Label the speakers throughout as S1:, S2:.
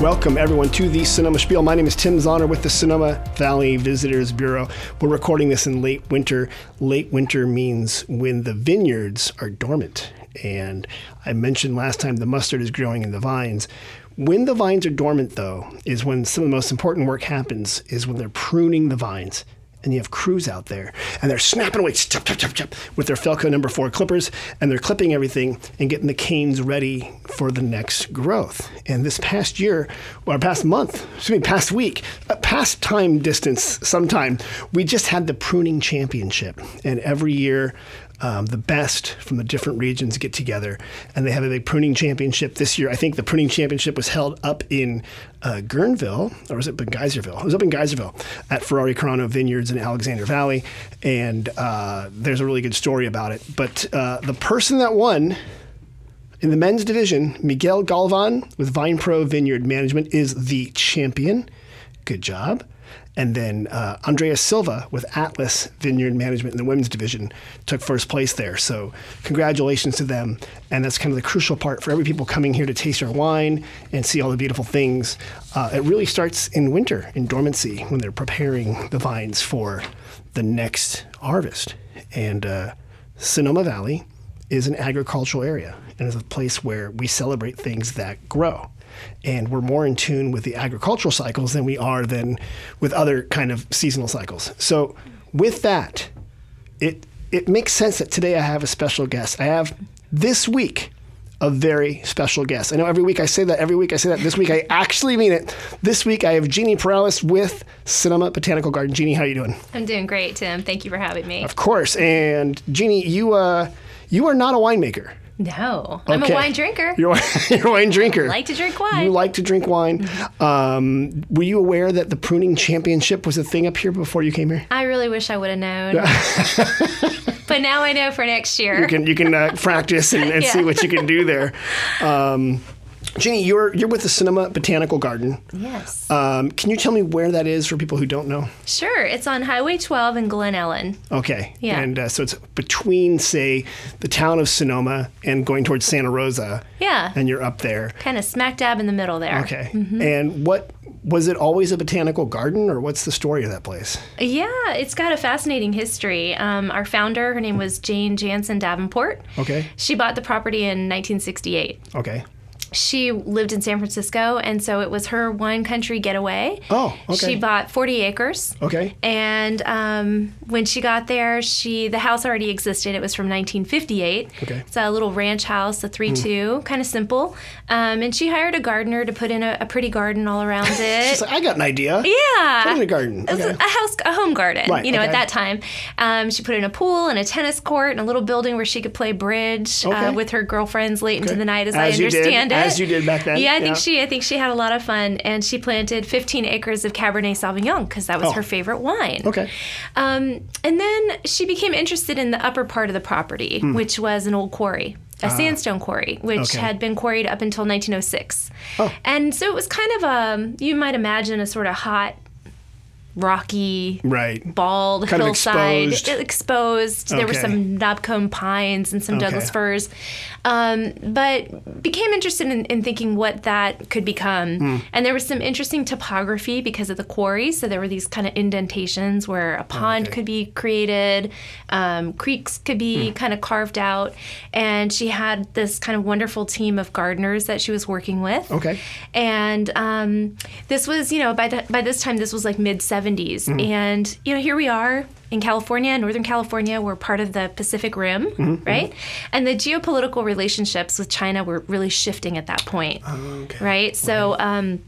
S1: Welcome, everyone, to the Cinema Spiel. My name is Tim Zahner with the Cinema Valley Visitors Bureau. We're recording this in late winter. Late winter means when the vineyards are dormant. And I mentioned last time the mustard is growing in the vines. When the vines are dormant, though, is when some of the most important work happens, is when they're pruning the vines. And you have crews out there, and they're snapping away chop, chop, chop, chop, with their Felco number four clippers, and they're clipping everything and getting the canes ready for the next growth. And this past year, or past month, excuse me, past week, uh, past time distance, sometime, we just had the pruning championship. And every year, um, the best from the different regions get together and they have a big pruning championship this year. I think the pruning championship was held up in uh, Guerneville, or was it Geyserville? It was up in Geyserville at Ferrari Carano Vineyards in Alexander Valley. And uh, there's a really good story about it. But uh, the person that won in the men's division, Miguel Galvan with Vine Pro Vineyard Management is the champion. Good job. And then uh, Andrea Silva with Atlas Vineyard Management in the women's division took first place there. So congratulations to them. And that's kind of the crucial part for every people coming here to taste our wine and see all the beautiful things. Uh, it really starts in winter in dormancy when they're preparing the vines for the next harvest. And uh, Sonoma Valley is an agricultural area and is a place where we celebrate things that grow. And we're more in tune with the agricultural cycles than we are than with other kind of seasonal cycles. So with that, it it makes sense that today I have a special guest. I have this week a very special guest. I know every week I say that, every week I say that. This week I actually mean it. This week I have Jeannie Perales with Cinema Botanical Garden. Jeannie, how are you doing?
S2: I'm doing great, Tim. Thank you for having me.
S1: Of course. And Jeannie, you uh you are not a winemaker.
S2: No, I'm a
S1: Okay.
S2: wine drinker.
S1: You're a, you're a wine drinker.
S2: I like to drink wine. Mm-hmm.
S1: You like to drink wine. Um, were you aware that the pruning championship was a thing up here before you came here?
S2: I really wish I would have known. but now I know for next year.
S1: You can you can uh, practice and, and see
S2: Yeah.
S1: what you can do there. Um, Ginny, you're you're with the Cinema Botanical Garden.
S2: yes.
S1: Um, can you tell me where that is for people who don't know?
S2: sure. It's on Highway 12 in Glen Ellen.
S1: Okay.
S2: Yeah.
S1: And uh, so it's between, say, the town of Sonoma and going towards Santa Rosa,
S2: Yeah.
S1: and you're up there.
S2: kind of smack dab in the middle there.
S1: Okay.
S2: Mm-hmm.
S1: And what was it always a botanical garden, or what's the story of that place?
S2: Yeah, it's got a fascinating history. Um, our founder, her name was Jane Jansen Davenport.
S1: Okay.
S2: She bought the property in 1968.
S1: Okay.
S2: She lived in San Francisco, and so it was her wine country getaway.
S1: Oh, okay.
S2: She bought 40 acres.
S1: Okay.
S2: And um, when she got there, she the house already existed. It was from 1958.
S1: Okay. Hmm.
S2: It's a little ranch house, a three-two, kind of simple. Um, and she hired a gardener to put in a, a pretty garden all around it.
S1: She's like, I got an idea.
S2: yeah.
S1: Put in a garden.
S2: It was
S1: Okay.
S2: a house, a home garden.
S1: Right,
S2: you know,
S1: okay.
S2: at that time, um, she put in a pool and a tennis court and a little building where she could play bridge
S1: Okay.
S2: uh, with her girlfriends late into
S1: Okay.
S2: the night, as, I
S1: As you did-
S2: understand it.
S1: as you did back then,
S2: Yeah, I think
S1: yeah.
S2: she, I think she had a lot of fun, and she planted 15 acres of Cabernet Sauvignon because that was
S1: Oh.
S2: her favorite wine.
S1: Okay.
S2: Um, and then she became interested in the upper part of the property, which was an old quarry, a sandstone quarry, which
S1: Hmm. Ah. Okay.
S2: had been quarried up until 1906.
S1: Oh.
S2: And so it was kind of a, you might imagine, a sort of hot, rocky,
S1: Right.
S2: bald
S1: Kind of
S2: hillside.
S1: exposed.
S2: It exposed. There were
S1: Okay.
S2: some knobcomb pines and some
S1: Okay.
S2: Douglas firs. Um, but became interested in, in thinking what that could become.
S1: Hmm.
S2: And there was some interesting topography because of the quarry. So there were these kind of indentations where a pond
S1: Oh, okay. Hmm.
S2: could be created, um, creeks could be kind of carved out. And she had this kind of wonderful team of gardeners that she was working with.
S1: Okay.
S2: And um, this was, you know, by the, by this time, this was like mid 70s. And, you know, here we are in California, Northern California. We're part of the Pacific Rim, right? And the geopolitical relationships with China were really shifting at that point,
S1: Okay.
S2: right? So, um,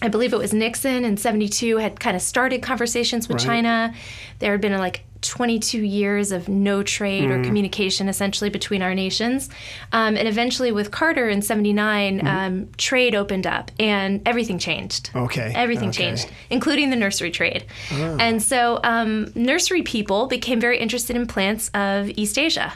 S2: I believe it was Nixon in 72 had kind of started conversations with
S1: Right.
S2: China. There had been like 22 years of no trade
S1: Mm.
S2: or communication essentially between our nations. Um, and eventually, with Carter in 79,
S1: Mm-hmm.
S2: um, trade opened up and everything changed.
S1: Okay,
S2: Everything
S1: okay. Ah.
S2: changed, including the nursery trade. And so, um, nursery people became very interested in plants of East Asia.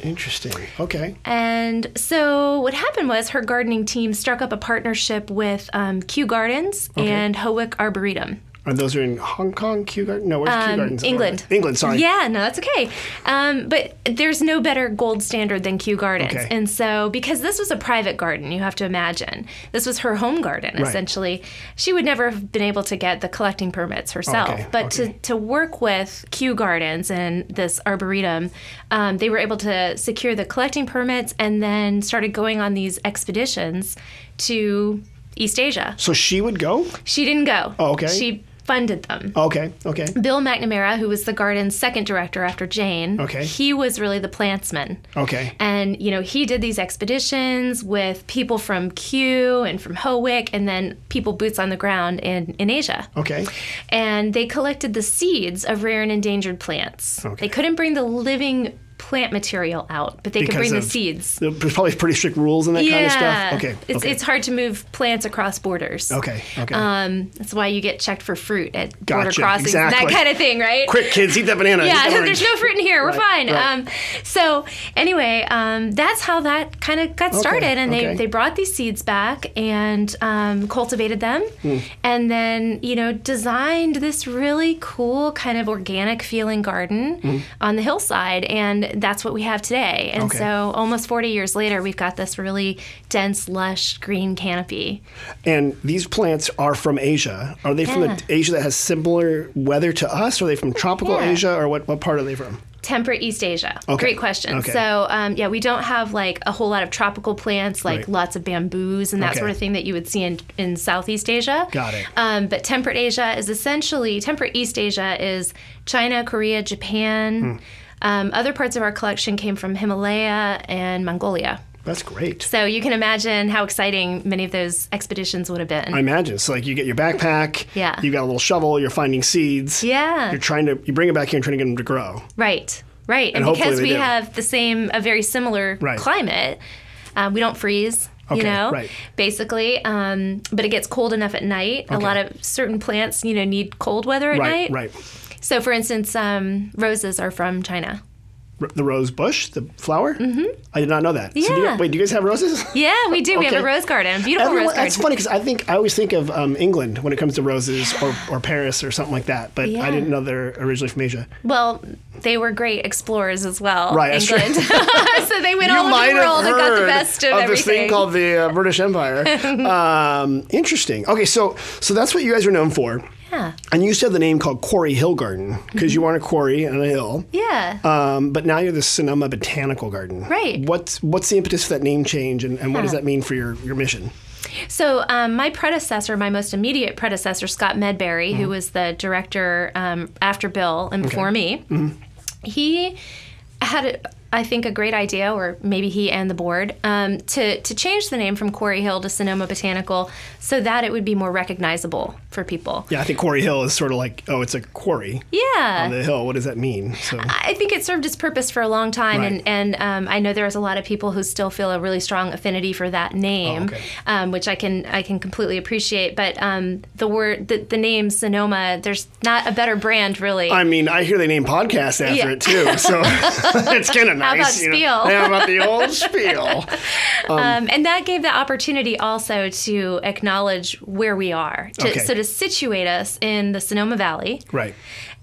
S1: Interesting. Okay.
S2: And so what happened was her gardening team struck up a partnership with um, Kew Gardens and Howick Arboretum.
S1: Are those are in Hong Kong, Kew Garden? No, where's Kew Gardens?
S2: Um, England.
S1: England, sorry.
S2: Yeah, no, that's okay. Um, but there's no better gold standard than Kew Gardens.
S1: Okay.
S2: And so, because this was a private garden, you have to imagine. This was her home garden, essentially. She would never have been able to get the collecting permits herself.
S1: Okay,
S2: But
S1: okay.
S2: To, to work with Kew Gardens and this arboretum, um, they were able to secure the collecting permits and then started going on these expeditions to East Asia.
S1: So she would go?
S2: She didn't go.
S1: Oh, okay.
S2: She funded them.
S1: Okay, okay.
S2: Bill McNamara, who was the garden's second director after Jane,
S1: Okay.
S2: he was really the plantsman.
S1: Okay.
S2: And, you know, he did these expeditions with people from Kew and from Howick and then people boots on the ground in, in Asia.
S1: Okay.
S2: And they collected the seeds of rare and endangered plants.
S1: Okay.
S2: They couldn't bring the living plant material out, but they could
S1: Because
S2: bring the
S1: of
S2: seeds.
S1: There's probably pretty strict rules and that
S2: yeah.
S1: kind of stuff. Okay.
S2: It's,
S1: okay.
S2: it's hard to move plants across borders.
S1: okay. Okay.
S2: Um, that's why you get checked for fruit at border
S1: Gotcha,
S2: crossings, and
S1: exactly.
S2: that kind of thing, right?
S1: Quick, kids, eat that banana. eat
S2: yeah,
S1: that orange.
S2: there's no fruit in here. We're
S1: Right,
S2: fine.
S1: right.
S2: Um, so anyway, um, that's how that kind of got started, and they,
S1: okay.
S2: they brought these seeds back and um, cultivated them,
S1: Hmm.
S2: and then you know designed this really cool kind of organic feeling garden
S1: Hmm.
S2: on the hillside, and that's what we have today. And
S1: Okay.
S2: so almost 40 years later, we've got this really dense, lush green canopy.
S1: And these plants are from Asia. Are they from
S2: Yeah.
S1: the Asia that has similar weather to us? Are they from tropical
S2: Yeah.
S1: Asia or what, what part are they from?
S2: Temperate East Asia.
S1: Okay.
S2: Great question.
S1: Okay.
S2: So, um, yeah, we don't have like a whole lot of tropical plants, like
S1: Right.
S2: lots of bamboos and that
S1: Okay.
S2: sort of thing that you would see in, in Southeast Asia.
S1: Got it.
S2: Um, but temperate Asia is essentially, temperate East Asia is China, Korea,
S1: Hmm.
S2: Japan. Um, other parts of our collection came from Himalaya and Mongolia.
S1: That's great.
S2: So you can imagine how exciting many of those expeditions would have been.
S1: I imagine. So like you get your backpack,
S2: Yeah.
S1: you've got a little shovel, you're finding seeds.
S2: yeah.
S1: You're trying to you bring it back here and trying to get them to grow.
S2: Right, right. And,
S1: And hopefully
S2: because
S1: they
S2: we
S1: do.
S2: have the same, a very similar
S1: Right.
S2: climate, um, we don't freeze.
S1: Okay,
S2: you know,
S1: right.
S2: basically, um, but it gets cold enough at night. A
S1: Okay.
S2: lot of certain plants, you know, need cold weather at
S1: Right,
S2: night.
S1: right.
S2: So, for instance, um, roses are from China.
S1: R- the rose bush, the flower? Mm-hmm. I did not know that. So do you-
S2: Yeah.
S1: wait, do you guys have roses?
S2: Yeah, we do. We have
S1: Okay.
S2: a rose garden, beautiful
S1: Everyone-
S2: rose garden.
S1: that's funny because I think I always think of um, England when it comes to roses or, or Paris or something like that, but I
S2: Yeah.
S1: didn't know they're originally from Asia.
S2: Well, they were great explorers as well.
S1: Right, that's true.
S2: England. so they went all over the world and got the best of,
S1: this
S2: everything.
S1: thing called the uh, British Empire. um, interesting. Okay, so so that's what you guys are known for.
S2: Yeah.
S1: And you used to have the name called Quarry Hill Garden because you were on a quarry and a hill.
S2: Mm-hmm. yeah.
S1: Um, but now you're the Sonoma Botanical Garden.
S2: Right.
S1: What's what's the impetus for that name change, and, and what does that mean for your, your mission?
S2: So, um, my predecessor, my most immediate predecessor, Scott Medberry, who was the director um, after Bill and before me, he had, a, I think, a great idea, or maybe he and the board, um, to, to change the name from Quarry Hill to Sonoma Botanical so that it would be more recognizable for people.
S1: Yeah, I think Quarry Hill is sort of like oh, it's a quarry
S2: Yeah.
S1: on the hill. What does that mean? So
S2: I think it served its purpose for a long time,
S1: Right.
S2: and and um, I know there's a lot of people who still feel a really strong affinity for that name,
S1: Oh, okay.
S2: um, which I can I can completely appreciate. But um, the word the, the name Sonoma, there's not a better brand really.
S1: I mean, I hear they name podcasts after
S2: Yeah.
S1: it too, so it's kind of nice.
S2: about
S1: you know?
S2: spiel?
S1: Yeah, about the old spiel.
S2: Um, and that gave the opportunity also to acknowledge where we are, to,
S1: Okay.
S2: so to situate us in the Sonoma Valley,
S1: Right.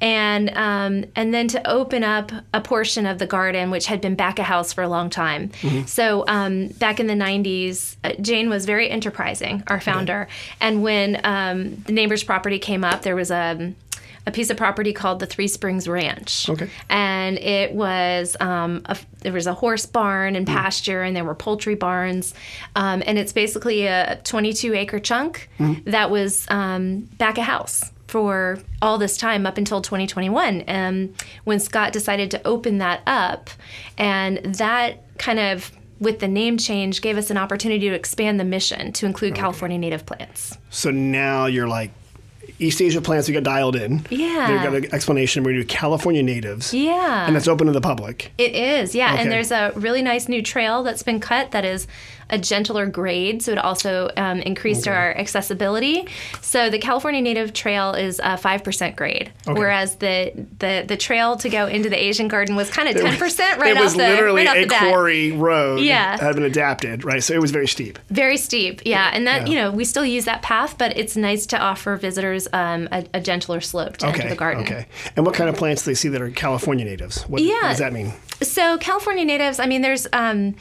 S2: and um, and then to open up a portion of the garden which had been back a house for a long time. So um, back in the '90s, uh, Jane was very enterprising, our founder. And when um, the neighbor's property came up, there was a a piece of property called the Three Springs Ranch.
S1: Okay.
S2: And it was um, a, there was a horse barn and pasture, and there were poultry barns, um, and it's basically a 22 acre chunk that was um, back a house for all this time up until 2021, um, when Scott decided to open that up, and that kind of with the name change gave us an opportunity to expand the mission to include California native plants.
S1: So now you're like East Asia plants. We got dialed in.
S2: Yeah.
S1: They've got an explanation. We're gonna do California natives,
S2: Yeah.
S1: and that's open to the public.
S2: It is, yeah.
S1: Okay.
S2: And there's a really nice new trail that's been cut that is a gentler grade, so it also um, increased our accessibility. So the California Native Trail is a five percent grade,
S1: Okay.
S2: whereas the, the the trail to go into the Asian Garden was kind of ten percent right
S1: it was
S2: off the
S1: literally
S2: right off
S1: a
S2: the bat.
S1: quarry road
S2: Yeah.
S1: that had been adapted, right? So it was very steep.
S2: Very steep, yeah, and that you know we still use that path, but it's nice to offer visitors um, a, a gentler slope to enter
S1: Okay.
S2: the garden.
S1: Okay. And what kind of plants do they see that are California natives? What, what
S2: Yeah.
S1: does that mean?
S2: So California natives, I mean, there's um,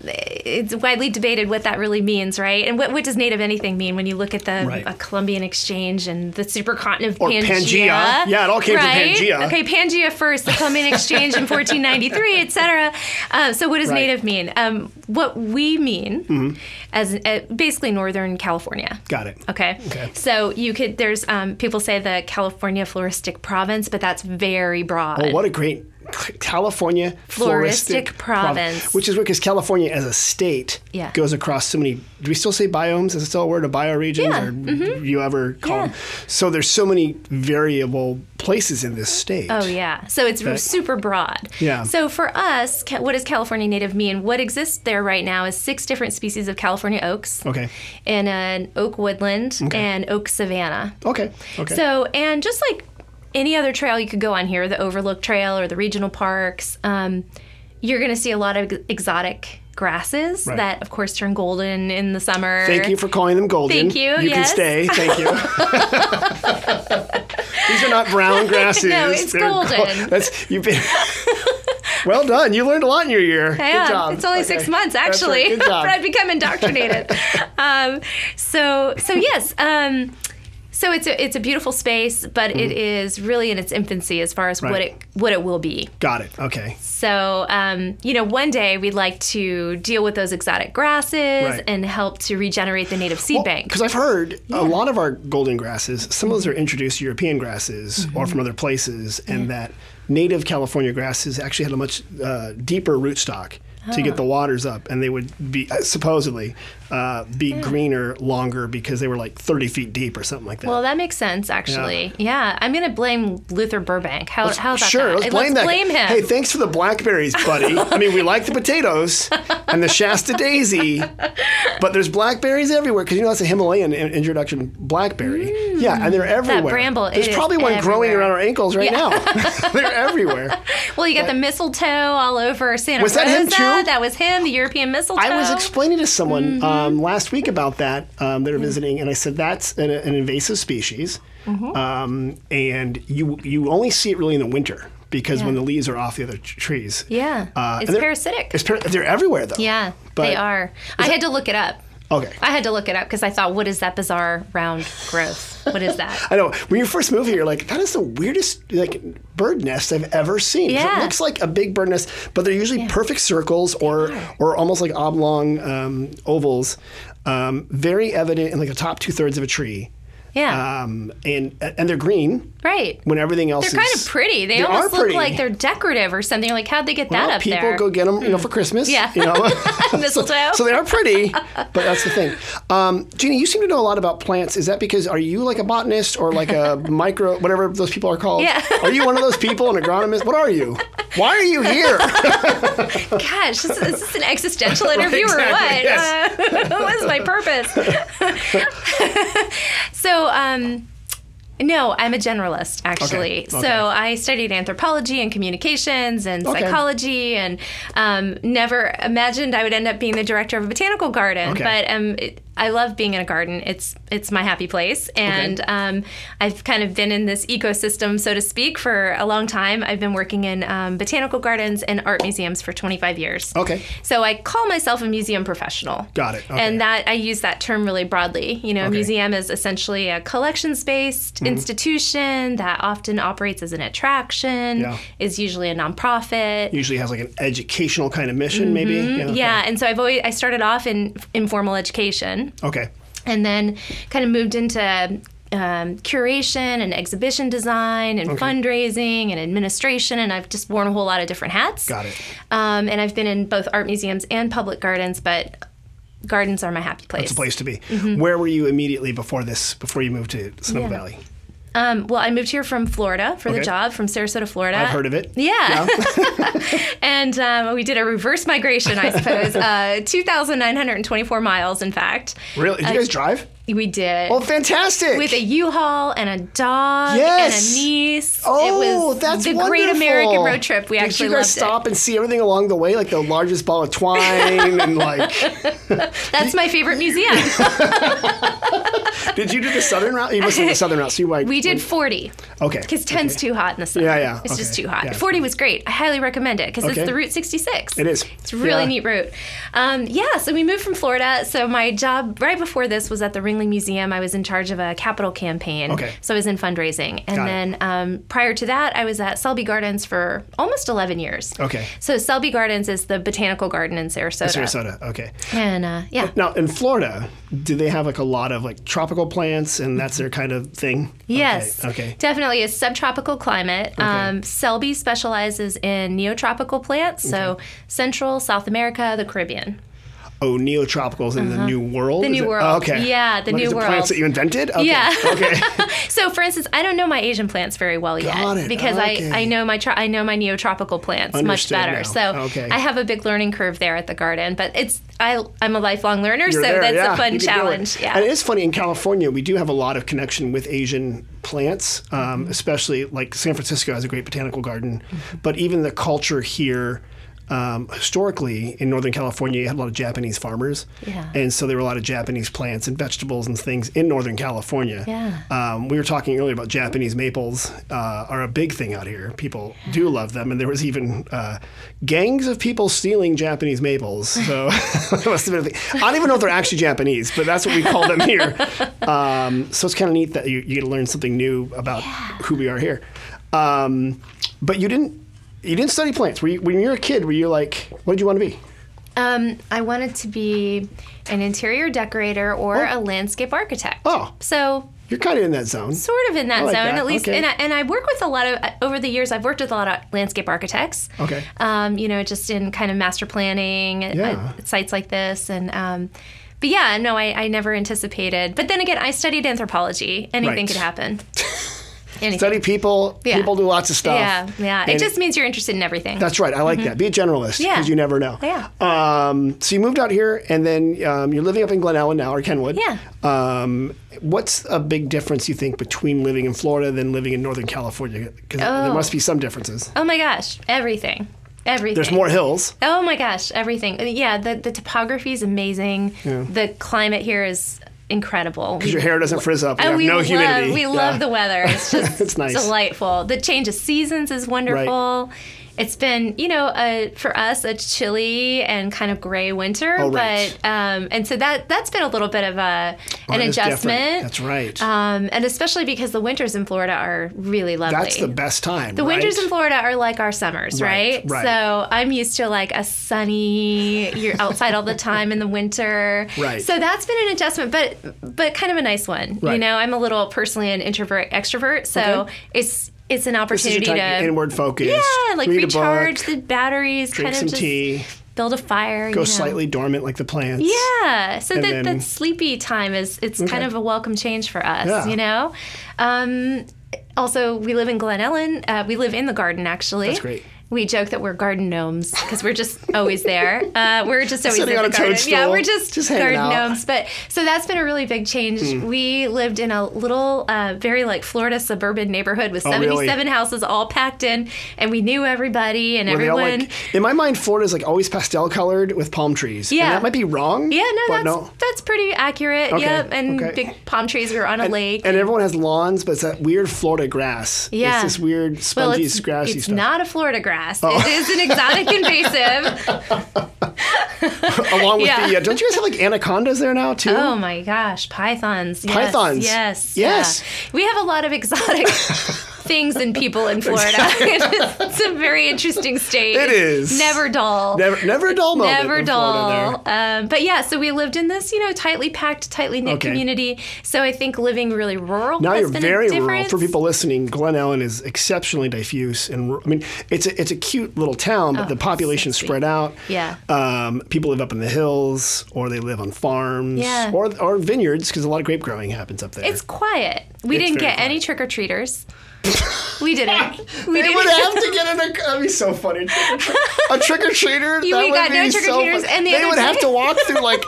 S2: it's widely debated what that really means, right? And what, what does native anything mean when you look at the
S1: Right.
S2: uh, Columbian Exchange and the supercontinent of
S1: Or
S2: Pangea?
S1: Pangea. Yeah, it all came from
S2: right?
S1: Pangea.
S2: Okay, Pangea first, the Columbian Exchange in 1493, etc. Uh, so what does
S1: Right. Mm-hmm.
S2: native mean? Um, what we mean as uh, basically Northern California.
S1: Got it.
S2: Okay.
S1: Okay.
S2: So you could there's um, people say the California floristic province, but that's very broad.
S1: Well, what a great California floristic,
S2: Floristic
S1: prov-
S2: province.
S1: which is weird because California as a state
S2: Yeah.
S1: goes across so many. Do we still say biomes? Is it still a word? Or bioregions?
S2: Yeah. mm-hmm.
S1: Or do you ever call
S2: Yeah.
S1: them? So there's so many variable places in this state.
S2: Oh yeah, so it's r super broad.
S1: Yeah.
S2: So for us, ca- what does California native mean? What exists there right now is six different species of California oaks.
S1: Okay.
S2: And an oak woodland and oak savanna.
S1: Okay. Okay.
S2: So and just like any other trail you could go on here, the Overlook Trail or the regional parks, um, you're going to see a lot of ex- exotic grasses
S1: Right.
S2: that, of course, turn golden in the summer.
S1: Thank you for calling them golden.
S2: Thank you,
S1: You can
S2: yes.
S1: stay. Thank you. These are not brown grasses.
S2: No, it's
S1: They're gol-
S2: golden.
S1: that's you've been. well done. You learned a lot in your year.
S2: Yeah,
S1: Good job.
S2: It's only
S1: Okay.
S2: six months,
S1: That's right.
S2: actually,
S1: Good job.
S2: but I've become indoctrinated. um, so, so yes. Um, so it's a it's a beautiful space, but it is really in its infancy as far as what
S1: Mm-hmm. Right.
S2: it what it will be.
S1: Got it. Okay.
S2: So um, you know, one day we'd like to deal with those exotic grasses
S1: Right.
S2: and help to regenerate the native seed bank.
S1: Because I've heard a lot of our golden grasses, some of those are introduced European grasses or
S2: Mm-hmm.
S1: from other places, and that native California grasses actually had a much uh, deeper rootstock to
S2: Ah.
S1: get the waters up, and they would be uh, supposedly uh, be
S2: Hmm.
S1: greener longer because they were like 30 feet deep or something like that.
S2: Well, that makes sense, actually. Yeah, I'm gonna blame Luther Burbank. How how about
S1: sure,
S2: that?
S1: let's blame that.
S2: blame him.
S1: Hey, thanks for the blackberries, buddy. I mean, we like the potatoes and the Shasta daisy, but there's blackberries everywhere because you know that's a Himalayan in- introduction blackberry. Yeah, and they're everywhere.
S2: bramble, it
S1: there's
S2: is
S1: probably one growing
S2: everywhere.
S1: around our ankles right now. they're everywhere.
S2: Well, you got the mistletoe all over Santa
S1: uh, Was
S2: Rosa.
S1: that him, too?
S2: That was him, the European mistletoe.
S1: I was explaining to someone
S2: mm-hmm.
S1: um, last week about that. Um, they were visiting, and I said that's an, an invasive species,
S2: Mm-hmm.
S1: um, and you you only see it really in the winter because when the leaves are off the other t- trees.
S2: Yeah.
S1: Uh,
S2: it's
S1: and they're-
S2: parasitic.
S1: It's par- they're everywhere though.
S2: yeah,
S1: but- Oh.
S2: they are. I had to look it up.
S1: Okay.
S2: I had to look it up because I thought, what is that bizarre round growth? What is that?
S1: I know. When you first move here, you're like, that is the weirdest like bird nest I've ever seen. 'Cause
S2: Yeah.
S1: It looks like a big bird nest, but they're usually perfect circles or or almost like oblong um, ovals. Um, very evident in like the top two thirds of a tree.
S2: Yeah.
S1: Um, and and they're green
S2: right.
S1: when everything else
S2: They're
S1: is
S2: kind of pretty. They,
S1: They are
S2: almost look
S1: pretty.
S2: like they're decorative or something. You're like, how'd they get that
S1: Well,
S2: up
S1: people
S2: there? Hmm.
S1: go get them, you know, for Christmas.
S2: Yeah.
S1: You know?
S2: Mistletoe.
S1: So they are pretty, but that's the thing. Um, Jeannie, you seem to know a lot about plants. Is that because are you like a botanist or like a micro, whatever those people are called?
S2: Yeah.
S1: Are you one of those people, an agronomist? What are you? Why are you here?
S2: Gosh, is, is this an existential interview or
S1: exactly,
S2: what?
S1: yes.
S2: Uh, what is my purpose? so, um, no, I'm a generalist actually.
S1: Okay,
S2: So
S1: okay.
S2: I studied anthropology and communications and
S1: Okay.
S2: psychology, and um, never imagined I would end up being the director of a botanical garden.
S1: Okay.
S2: But um, it, I love being in a garden. It's it's my happy place, and um, I've kind of been in this ecosystem, so to speak, for a long time. I've been working in um, botanical gardens and art museums for 25 years.
S1: Okay.
S2: So I call myself a museum professional.
S1: Got it. Okay.
S2: And that I use that term really broadly. You know, a
S1: Okay. Mm-hmm.
S2: museum is essentially a collections-based institution that often operates as an attraction,
S1: Yeah.
S2: is usually a nonprofit.
S1: Usually has like an educational kind of mission, maybe. Yeah.
S2: Yeah, and so I've always I started off in informal education
S1: Okay.
S2: and then kind of moved into um, curation and exhibition design and fundraising and administration and i've just worn a whole lot of different hats
S1: Got it.
S2: um, and i've been in both art museums and public gardens but gardens are my happy place
S1: It's a place to be. Where were you immediately before this? Before you moved to Sonoma
S2: Mm-hmm. Yeah.
S1: Valley?
S2: Um, well, I moved here from Florida for the
S1: Okay.
S2: job from Sarasota, Florida.
S1: I've heard of it.
S2: Yeah. and um, we did a reverse migration, I suppose. uh, 2,924 miles, in fact. Uh,
S1: Really? Did you guys drive?
S2: We did.
S1: Oh, fantastic!
S2: with a U-Haul and a dog
S1: Yes.
S2: and a niece.
S1: Oh,
S2: it was
S1: that's
S2: the
S1: wonderful.
S2: Great American Road Trip. We
S1: Did
S2: actually
S1: you guys
S2: loved
S1: stop and see everything along the way, like the largest ball of twine, and like,
S2: it. That's my favorite museum.
S1: did you do the southern route? You must have done the southern route. So you like,
S2: we did 40
S1: Oh, okay.
S2: because 10's too hot in the sun.
S1: Yeah, yeah,
S2: It's just
S1: okay,
S2: too hot.
S1: yeah.
S2: 40 was great. I highly recommend it because
S1: Okay.
S2: it's the Route 66.
S1: It is.
S2: It's a really
S1: Yeah.
S2: neat route. Um, yeah, so we moved from Florida. So my job right before this was at the Ringling Museum. I was in charge of a capital campaign.
S1: Okay.
S2: So I was in fundraising. And
S1: Got it.
S2: then um, prior to that, I was at Selby Gardens for almost 11 years.
S1: Okay.
S2: So Selby Gardens is the botanical garden in Sarasota.
S1: Sarasota. Okay.
S2: And uh, yeah.
S1: Now in Florida, do they have like a lot of like tropical plants, and that's their kind of thing?
S2: Yes.
S1: Okay. okay.
S2: Definitely a subtropical climate. Um, Selby specializes in neotropical plants, so Central, South America, the Caribbean.
S1: Oh, neotropicals in the New World. The
S2: Uh-huh. New World.
S1: Okay.
S2: Yeah, the
S1: Like,
S2: New
S1: is it
S2: World.
S1: Plants that you invented. Okay.
S2: Yeah.
S1: Okay.
S2: So, for instance, I don't know my Asian plants very well yet
S1: Got it.
S2: because
S1: Okay.
S2: I, I know my tro- I know my neotropical plants
S1: Understood
S2: much better.
S1: now.
S2: So
S1: Okay.
S2: I have a big learning curve there at the garden, but it's I I'm a lifelong learner,
S1: You're
S2: so
S1: there,
S2: that's
S1: yeah,
S2: a fun
S1: you can do it.
S2: challenge. Yeah.
S1: And it is funny in California, we do have a lot of connection with Asian plants, um,
S2: Mm-hmm.
S1: especially like San Francisco has a great botanical garden, but even the culture here. Um, historically, in Northern California, you had a lot of Japanese farmers,
S2: Yeah.
S1: and so there were a lot of Japanese plants and vegetables and things in Northern California.
S2: Yeah.
S1: Um, we were talking earlier about Japanese maples uh, are a big thing out here. People do love them, and there was even uh, gangs of people stealing Japanese maples. So it must have been a thing. I don't even know if they're actually Japanese, but that's what we call them here. Um, so it's kind of neat that you, you get to learn something new about who we are here. Um, but you didn't you didn't study plants. Were you, when you were a kid, were you like, what did you want to be?
S2: Um, I wanted to be an interior decorator or a landscape architect.
S1: Oh.
S2: So
S1: You're kind of in that zone.
S2: sort of in that
S1: I like
S2: zone
S1: that.
S2: at least
S1: Okay.
S2: and, I, and i work with a lot of uh, over the years i've worked with a lot of landscape architects
S1: Okay.
S2: um, you know just in kind of master planning at-
S1: Yeah.
S2: at sites like this and um, but yeah no I, I never anticipated but then again i studied anthropology anything
S1: Right.
S2: could happen anything
S1: Study people.
S2: Yeah.
S1: People do lots of stuff.
S2: yeah yeah it
S1: And-
S2: just means you're interested in everything
S1: That's right. I like that. Be a generalist because
S2: Mm-hmm. Yeah.
S1: you never know.
S2: Yeah.
S1: Um, so you moved out here, and then um, you're living up in Glen Ellen now, or Kenwood.
S2: Yeah.
S1: Um, what's a big difference you think between living in Florida than living in Northern California? Because there
S2: Oh.
S1: must be some differences.
S2: oh my gosh everything everything
S1: There's more hills.
S2: Oh my gosh, everything. Uh, Yeah, the, the topography is amazing. The climate here is incredible. We,
S1: Your hair doesn't frizz up. You
S2: and
S1: have
S2: Oh, we
S1: no
S2: love,
S1: humidity.
S2: We
S1: Yeah.
S2: love the weather. It's just
S1: It's nice.
S2: delightful. The change of seasons is wonderful. It's been, you know, uh, for us a chilly and kind of gray winter,
S1: Oh, right.
S2: but um, and so that that's been a little bit of a an
S1: That is different.
S2: adjustment.
S1: That's right.
S2: Um, and especially because the winters in Florida are really lovely.
S1: That's the best time.
S2: The winters in Florida are like our summers,
S1: Right,
S2: right?
S1: right.
S2: So I'm used to like a sunny, you're outside all the time in the winter.
S1: Right.
S2: So that's been an adjustment, but but kind of a nice one.
S1: Right.
S2: You know, I'm a little personally an introvert extrovert, so
S1: Okay.
S2: it's it's an
S1: This is
S2: opportunity
S1: your time,
S2: to
S1: inward focus.
S2: yeah, like
S1: read
S2: recharge
S1: a book,
S2: the batteries,
S1: drink
S2: kind of
S1: some
S2: just
S1: tea,
S2: build a fire,
S1: go
S2: you know.
S1: slightly dormant like the plants.
S2: Yeah, so that,
S1: then-
S2: that sleepy time is it's kind of a welcome change for us,
S1: Yeah.
S2: you know. Um, also, we live in Glen Ellen. Uh, we live in the garden, actually.
S1: That's great.
S2: We joke that we're garden gnomes because we're just always there. Uh, we're just always
S1: Sitting
S2: in
S1: on
S2: the
S1: a
S2: garden. Yeah,
S1: toadstool,
S2: we're just,
S1: just hanging
S2: garden
S1: out. Mm.
S2: gnomes. But so that's been a really big change. We lived in a little, uh, very like Florida suburban neighborhood with
S1: Oh, really?
S2: 77 houses all packed in, and we knew everybody and
S1: Were they all,
S2: everyone.
S1: like, in my mind, Florida's like always pastel colored with palm trees. And
S2: Yeah.
S1: that might be wrong.
S2: Yeah, no,
S1: but
S2: that's
S1: no.
S2: that's pretty accurate.
S1: Okay,
S2: Yep, and
S1: okay.
S2: big palm trees. We were on a lake.
S1: And everyone has lawns, but it's that weird Florida grass.
S2: Yeah.
S1: It's this weird
S2: well,
S1: spongy,
S2: it's,
S1: grassy
S2: it's
S1: stuff. Oh.
S2: not a Florida grass. It is an exotic invasive.
S1: Along with
S2: yeah.
S1: the, uh, don't you guys have like anacondas there now too?
S2: Oh my gosh, pythons. Yes,
S1: Pythons.
S2: Yes.
S1: Yes.
S2: yeah. We have a lot of exotic things than people in Florida. it's a very interesting state.
S1: It
S2: It's
S1: is.
S2: Never dull.
S1: Never, never a dull moment.
S2: Never
S1: in Florida there.
S2: dull. Um, but yeah, so we lived in this, you know, tightly packed, tightly knit
S1: Okay.
S2: community. So I think living really rural.
S1: Now
S2: has
S1: you're
S2: been
S1: very
S2: a
S1: rural.
S2: difference.
S1: For people listening, Glen Ellen is exceptionally diffuse, and ru- I mean, it's a, it's a cute little town, but the population's
S2: Oh, sweet.
S1: spread out.
S2: Yeah.
S1: Um, people live up in the hills, or they live on farms,
S2: Yeah.
S1: or or vineyards, because a lot of grape growing happens up there.
S2: It's quiet. We
S1: It's
S2: didn't
S1: very
S2: get any trick or treaters. we didn't. We
S1: they
S2: didn't.
S1: would have to get in a. That'd be so funny. A trick or treater.
S2: You-
S1: that
S2: we
S1: would
S2: got
S1: be
S2: no
S1: so
S2: trick-or-treaters,
S1: fun.
S2: and the
S1: they
S2: other
S1: would have
S2: side-
S1: to walk through like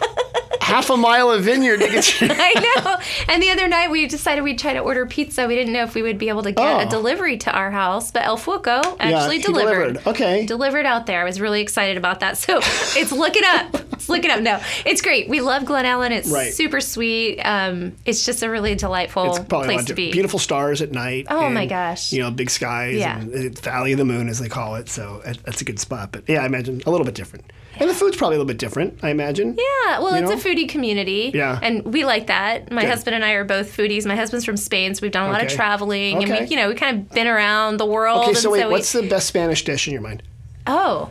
S1: half a mile of vineyard to get. You.
S2: I know. And the other night we decided we'd try to order pizza. We didn't know if we would be able to get
S1: Oh.
S2: a delivery to our house, but El Fuoco actually
S1: he
S2: delivered.
S1: delivered. Okay.
S2: Delivered out there. I was really excited about that. So it's look it up. It's look it up. No, it's great. We love Glen Ellen. It's
S1: Right.
S2: super sweet. Um, it's just a really delightful
S1: It's probably a
S2: place
S1: lot
S2: to
S1: of
S2: be.
S1: Beautiful stars at night.
S2: Oh my
S1: and,
S2: gosh.
S1: You know, big skies.
S2: Yeah.
S1: And the Valley of the Moon, as they call it. So it- that's a good spot. But yeah, I imagine a little bit different. And the food's probably a little bit different. I imagine.
S2: Yeah, well,
S1: You
S2: it's a foodie community.
S1: Yeah.
S2: And we like that. My husband and I are both foodies. My husband's from Spain, so we've done a lot of
S1: Okay.
S2: traveling. And
S1: Okay.
S2: we, you know, we kind of been around the world.
S1: Okay. So
S2: and
S1: wait,
S2: so we-
S1: what's the best Spanish dish in your mind?
S2: Oh,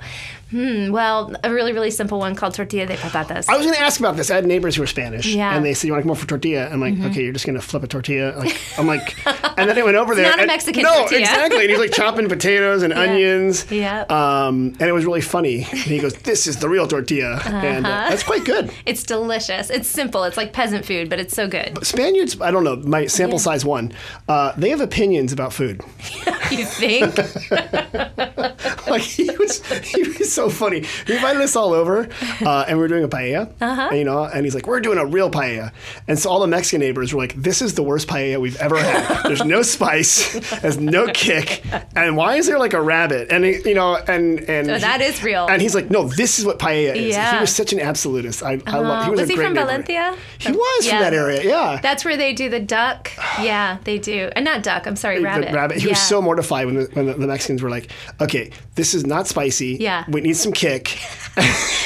S2: hmm. Well, a really, really simple one called tortilla de patatas.
S1: I was going to ask about this. I had neighbors who were Spanish,
S2: Yeah. Mm-hmm.
S1: and they said, "You want to come over for tortilla?" I'm like, "Okay, you're just going to flip a tortilla." Like, I'm like, and then it went over there.
S2: not a
S1: and-
S2: Mexican
S1: No,
S2: tortilla.
S1: exactly. And he's like chopping potatoes and onions.
S2: Yep.
S1: Um, and it was really funny. And he goes, "This is the real tortilla," and uh,
S2: Uh-huh.
S1: that's quite good.
S2: It's delicious. It's simple. It's like peasant food, but it's so good.
S1: Spaniards, I don't know, my sample size one, uh, they have opinions about food.
S2: You think?
S1: Like, he was, he was so funny. He invited us all over, uh, and we were doing a paella, uh-huh. you know, and he's like, we're doing a real paella. And so all the Mexican neighbors were like, this is the worst paella we've ever had. There's no spice, there's no kick, and why is there like a rabbit? And, he, you know, and... and
S2: Oh, that is real.
S1: And he's like, no, this is what paella is. He
S2: Yeah. Uh-huh.
S1: was such an absolutist. I, I love, he was,
S2: Um, was
S1: a
S2: he
S1: great
S2: from
S1: neighbor.
S2: Valencia?
S1: He was from
S2: Yeah.
S1: that area, yeah.
S2: That's where they do the duck. Yeah, they do. And not duck. I'm sorry,
S1: the
S2: rabbit.
S1: He was
S2: Yeah.
S1: so mortified when the, when the, the Mexicans were like, "Okay, this is not spicy.
S2: Yeah.
S1: we need some kick."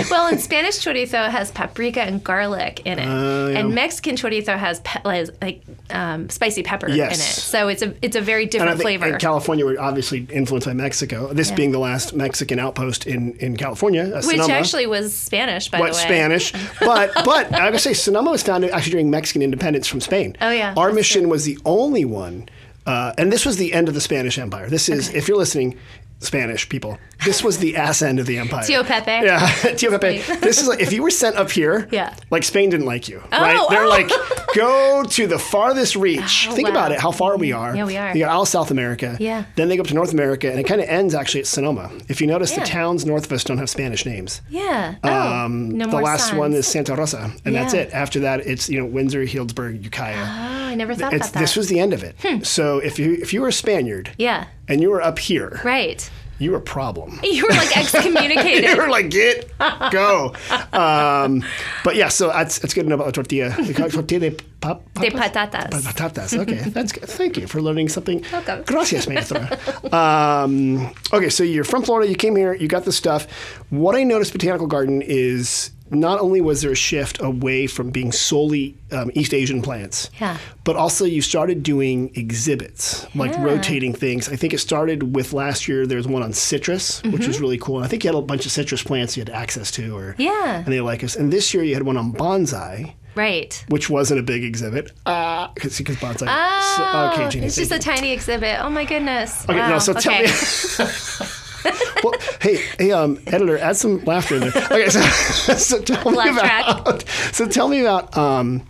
S2: well, in Spanish chorizo it has paprika and garlic in it,
S1: Oh, yeah.
S2: and Mexican chorizo has pe- like, like um, spicy pepper
S1: Yes.
S2: in it. So it's a it's a very
S1: And
S2: different
S1: I think
S2: flavor.
S1: and California were obviously influenced by Mexico. This being the last Mexican outpost in in California, uh,
S2: which
S1: Sonoma.
S2: actually was Spanish, by
S1: but
S2: the way.
S1: Spanish, but but I gotta say, Sonoma was founded actually during Mexican independence from Spain.
S2: Oh, yeah.
S1: our
S2: That's
S1: mission was the only one, uh, and this was the end of the Spanish Empire. This is, if you're listening, Spanish people, this was the ass end of the empire.
S2: Tío Pepe.
S1: Yeah, Tio Pepe. This is like if you were sent up here,
S2: Yeah.
S1: like Spain didn't like you, right? They're
S2: oh.
S1: like, go to the farthest reach.
S2: Oh,
S1: Think about
S2: wow.
S1: it, how far we are.
S2: Yeah, we are.
S1: You got all South America.
S2: Yeah.
S1: Then they go up to North America, and it kind of ends actually at Sonoma. If you notice,
S2: Yeah.
S1: the towns north of us don't have Spanish names.
S2: Yeah. Oh, no
S1: Um, the
S2: more
S1: last
S2: sons.
S1: one is Santa Rosa, and that's
S2: Yeah.
S1: it. After that, it's you know Windsor, Healdsburg,
S2: Oh,
S1: Ukiah.
S2: I never thought
S1: it's,
S2: about that. Hmm.
S1: this was the end of it. So if you if you were a Spaniard,
S2: yeah.
S1: and you were up here,
S2: Right.
S1: you were a problem.
S2: You were like excommunicated.
S1: They were like, get, go. Um, but yeah, so that's, that's good enough about tortilla. We call it tortilla de pap-
S2: de
S1: papas?
S2: patatas.
S1: patatas. Okay, that's good. Thank you for learning something.
S2: Welcome.
S1: Gracias, maestra. um, okay, so you're from Florida. You came here. You got the stuff. What I noticed, Botanical Garden is not only was there a shift away from being solely um, East Asian plants,
S2: Yeah.
S1: but also you started doing exhibits, like
S2: Yeah.
S1: rotating things. I think it started with last year. There was one on citrus, which
S2: Mm-hmm.
S1: was really cool. And I think you had a bunch of citrus plants you had access to, or
S2: Yeah.
S1: and they like us. And this year you had one on bonsai
S2: Right.
S1: which wasn't a big exhibit. Ah, because bonsai.
S2: Oh,
S1: so, okay, Jeannie.
S2: it's just a
S1: thank
S2: tiny exhibit. Oh my goodness.
S1: you. okay,
S2: wow.
S1: no. So tell
S2: okay.
S1: me. well, hey, hey, um, editor, add some laughter in there. Okay, so, so tell me
S2: Laugh track.
S1: about. So tell me about um,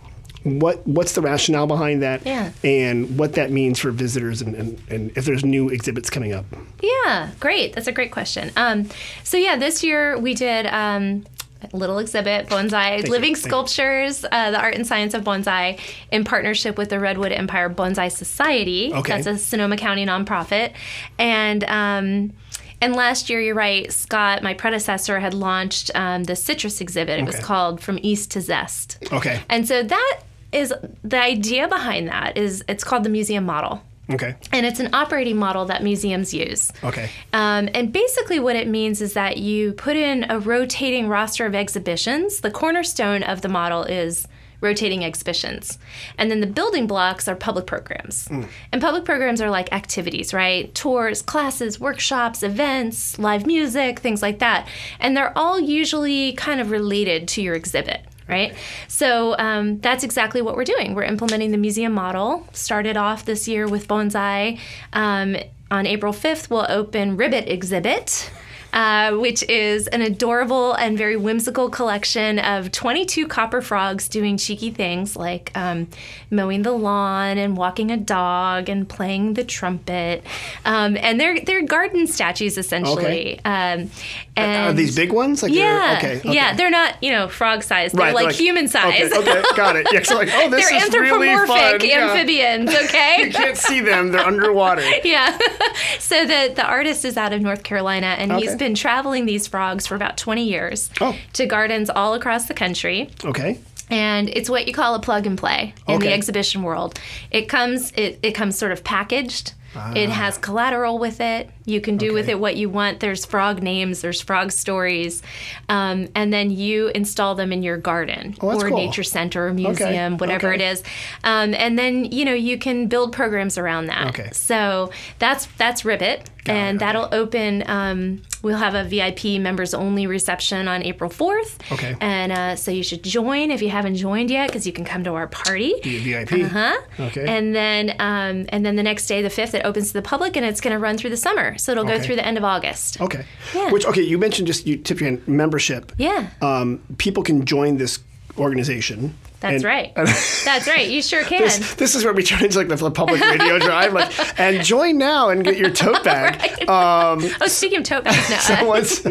S1: what what's the rationale behind that?
S2: Yeah.
S1: And what that means for visitors, and, and, and if there's new exhibits coming up.
S2: Yeah, great. That's a great question. Um, so yeah, this year we did um, a little exhibit bonsai
S1: you,
S2: living
S1: thank you.
S2: sculptures, uh, the art and science of bonsai, in partnership with the Redwood Empire Bonsai Society.
S1: Okay.
S2: That's a Sonoma County nonprofit, and. Um, and last year, you're right, Scott, my predecessor, had launched um, the citrus exhibit. It was
S1: Okay.
S2: called From East to Zest.
S1: Okay.
S2: And so that is the idea behind that is it's called the museum model.
S1: Okay.
S2: And it's an operating model that museums use.
S1: Okay.
S2: Um, and basically, what it means is that you put in a rotating roster of exhibitions. The cornerstone of the model is rotating exhibitions. And then the building blocks are public programs. And public programs are like activities, right? Tours, classes, workshops, events, live music, things like that. And they're all usually kind of related to your exhibit. Right? So um, that's exactly what we're doing. We're implementing the museum model. Started off this year with Bonsai. Um, on April 5th, we'll open Ribbit Exhibit uh, which is an adorable and very whimsical collection of 22 copper frogs doing cheeky things like um, mowing the lawn and walking a dog and playing the trumpet. Um, and they're, they're garden statues, essentially.
S1: Okay.
S2: Um,
S1: Are
S2: and
S1: these big ones? Like they're-
S2: yeah,
S1: Okay, okay.
S2: yeah, they're not you know frog sized.
S1: Right,
S2: They're like, human sized.
S1: Okay, okay, got it. Yeah, so like, oh, this
S2: they're
S1: is really fun.
S2: anthropomorphic
S1: Yeah.
S2: amphibians. Okay,
S1: You can't see them; they're underwater.
S2: yeah. so the the artist is out of North Carolina, and he's
S1: Okay.
S2: been traveling these frogs for about 20 years
S1: Oh.
S2: to gardens all across the country.
S1: Okay,
S2: And it's what you call a plug and play in the
S1: Okay.
S2: exhibition world. It comes it, it comes sort of packaged. It has collateral with it. You can do
S1: Ah.
S2: with
S1: Okay.
S2: it what you want. There's frog names, there's frog stories, um, and then you install them in your garden
S1: Oh, that's
S2: or
S1: cool.
S2: nature center or museum, whatever
S1: okay.
S2: it is. Um, and then you know you can build programs around that.
S1: Okay.
S2: So that's that's Ribbit,
S1: Got it,
S2: and
S1: okay.
S2: that'll open. Um, we'll have a VIP members only reception on April fourth.
S1: Okay.
S2: And uh, so you should join if you haven't joined yet, because you can come to our party.
S1: Be a VIP.
S2: Huh?
S1: Okay.
S2: And then, um, and then the next day, the fifth, it opens to the public, and it's going to run through the summer, so it'll go
S1: Okay. Oh,
S2: through the end of August.
S1: Okay.
S2: Yeah.
S1: Which okay, you mentioned just you tip your hand membership.
S2: Yeah.
S1: Um, people can join this organization.
S2: That's
S1: and-
S2: right. That's right. You sure can.
S1: This, this is where we turn into like the public radio drive, like, and join now and get your tote bag. Um,
S2: oh, speaking of tote bags, no,
S1: so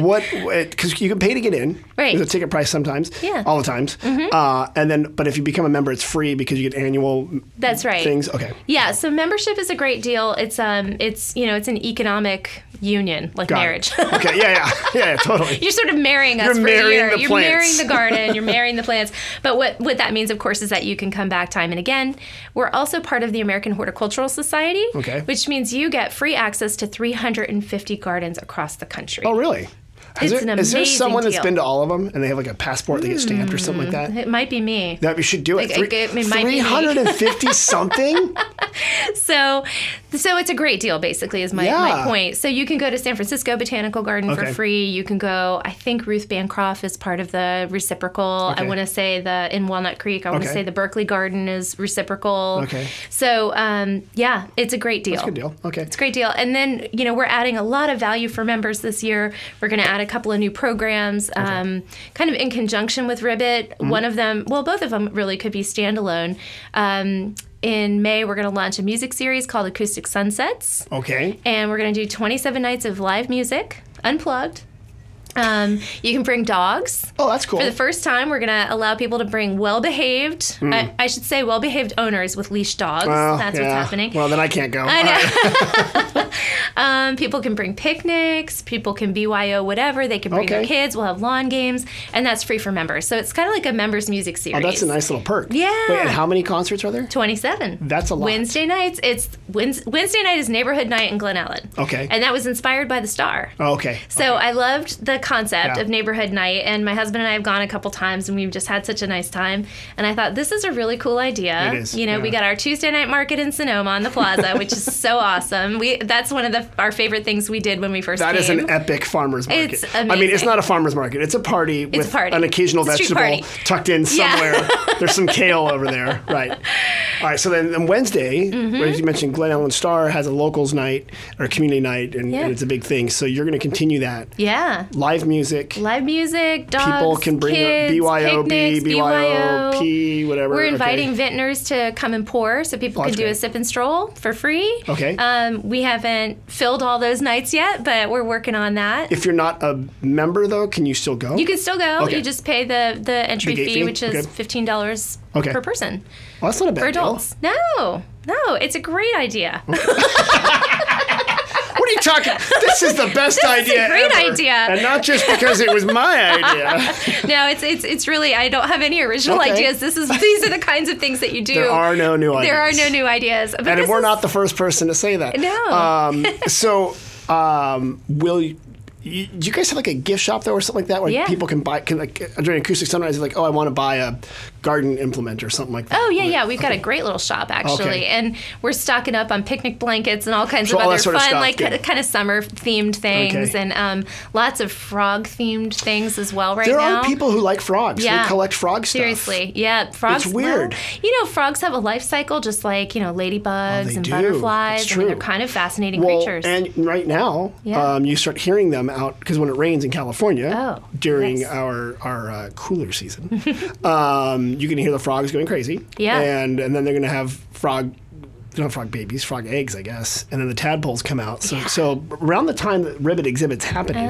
S1: what's what? Because you can pay to get in.
S2: Right.
S1: There's a ticket price sometimes.
S2: Yeah. Mm-hmm.
S1: All the times. Uh, and then, but if you become a member, it's free because you get annual.
S2: That's right.
S1: Things. Okay.
S2: Yeah, so membership is a great deal. It's um, it's you know, it's an economic union like
S1: Got it.
S2: marriage.
S1: okay. Yeah. Yeah. Yeah. yeah, Totally.
S2: You're sort of marrying us
S1: You're
S2: for
S1: marrying
S2: a year.
S1: the
S2: you're
S1: plants.
S2: marrying the garden. You're marrying the plants. But what what that means, of course, is that you can come back time and again. We're also part of the American Horticultural Society,
S1: Okay.
S2: which means you get free access to 350 gardens across the country.
S1: Oh, really? Is
S2: It's
S1: there,
S2: an
S1: is there
S2: amazing
S1: someone that's
S2: deal.
S1: been to all of them and they have like a passport they get stamped or something like that?
S2: It might be me.
S1: That we should do it.
S2: Like, I- it might be me.
S1: 350 something?
S2: So, so it's a great deal, basically, is my,
S1: Yeah.
S2: my point. So you can go to San Francisco Botanical Garden
S1: Okay.
S2: for free. You can go. I think Ruth Bancroft is part of the reciprocal.
S1: Okay.
S2: I want to say the in Walnut Creek. I want to
S1: Okay.
S2: say the Berkeley Garden is reciprocal.
S1: Okay.
S2: So um, yeah, it's a great deal.
S1: Good deal. Okay.
S2: It's a great deal. And then, you know, we're adding a lot of value for members this year. We're going to add a couple of new programs, um, kind of in conjunction with Ribbit.
S1: Mm-hmm.
S2: One of them, well, both of them really could be standalone. Um, in May, we're going to launch a music series called Acoustic Sunsets,
S1: Okay.
S2: and we're going to do 27 nights of live music, unplugged. Um, you can bring dogs.
S1: Oh, that's cool.
S2: For the first time, we're going to allow people to bring well behaved, I, I should say, well behaved owners with leashed dogs.
S1: Oh,
S2: That's what's
S1: yeah.
S2: happening.
S1: Well, then I can't go.
S2: I
S1: All right.
S2: know. um, people can bring picnics. People can BYO whatever. They can bring their
S1: Okay.
S2: kids. We'll have lawn games, and that's free for members. So it's kind of like a members music series.
S1: Oh, that's a nice little perk.
S2: Yeah.
S1: Wait, and how many concerts are there?
S2: 27.
S1: That's a lot.
S2: Wednesday nights, it's Wednes- Wednesday night is neighborhood night in Glen Ellen.
S1: Okay.
S2: And that was inspired by the star.
S1: Oh, okay.
S2: So I loved the concept
S1: Yeah.
S2: of neighborhood night, and my husband and I have gone a couple times, and we've just had such a nice time. And I thought this is a really cool idea.
S1: It is,
S2: You know, we
S1: yeah.
S2: got our Tuesday night market in Sonoma on the plaza, which is so awesome. We that's one of the our favorite things we did when we first
S1: That
S2: came.
S1: is an epic farmer's market.
S2: It's
S1: I mean, it's
S2: amazing.
S1: not a farmer's market. It's a party with
S2: party.
S1: an occasional
S2: It's a street
S1: vegetable tucked in
S2: Yeah.
S1: somewhere. There's some kale over there, right? All right. So then on Wednesday,
S2: Mm-hmm.
S1: as you mentioned, Glen Ellen Star has a locals night or community night, and,
S2: Yeah.
S1: and it's a big thing. So you're going to continue that
S2: yeah.
S1: live music.
S2: Live music, dogs,
S1: People can bring
S2: kids,
S1: their BYOB,
S2: picnics, BYO.
S1: BYOP, whatever.
S2: We're
S1: okay.
S2: inviting vintners to come and pour, so people
S1: Oh,
S2: can
S1: that's
S2: do
S1: great.
S2: a sip and stroll for free.
S1: Okay.
S2: Um, we haven't filled all those nights yet, but we're working on that.
S1: If you're not a member, though, can you still go?
S2: You can still go.
S1: Okay.
S2: You just pay the the entry
S1: The gate
S2: fee,
S1: fee?
S2: which is
S1: Okay.
S2: fifteen dollars
S1: Okay.
S2: per person
S1: well, that's not a bad
S2: for
S1: deal.
S2: adults. No, no, it's a great idea.
S1: What are you talking? This is the best
S2: is a
S1: idea.
S2: great
S1: ever.
S2: idea.
S1: and not just because it was my idea.
S2: no, it's it's it's really. I don't have any original
S1: Okay.
S2: ideas. This is these are the kinds of things that you do.
S1: There are no new ideas.
S2: There are no new ideas. But
S1: And
S2: this
S1: we're
S2: is-
S1: not the first person to say that.
S2: No.
S1: Um, so, um, will you, you, do you guys have like a gift shop though, or something like that, where
S2: Yeah.
S1: people can buy? Can like during acoustic sunrise, they're like, oh, I want to buy a garden implement or something like that.
S2: Oh yeah, yeah. We've got a great little shop actually,
S1: Okay.
S2: and we're stocking up on picnic blankets and all kinds
S1: So
S2: of
S1: all that
S2: other
S1: sort of
S2: fun,
S1: stuff,
S2: like
S1: good.
S2: kind of summer themed things,
S1: Okay.
S2: and um, lots of frog themed things as well right
S1: There
S2: now.
S1: are people who like frogs.
S2: Yeah.
S1: They collect frog stuff.
S2: Seriously, yeah, frogs. well,
S1: weird.
S2: you know, frogs have a life cycle, just like you know,
S1: Oh,
S2: ladybugs
S1: they
S2: and
S1: do.
S2: butterflies.
S1: That's
S2: I mean, they're
S1: true.
S2: kind of fascinating
S1: Well,
S2: creatures.
S1: and right now,
S2: Yeah.
S1: um, you start hearing them out because when it rains in California
S2: Oh,
S1: during
S2: yes.
S1: our our uh, cooler season, um, you can hear the frogs going crazy.
S2: Yeah.
S1: and and then they're gonna have frog. Not frog babies, frog eggs, I guess, and then the tadpoles come out. So, so around the time that ribbon exhibits happening,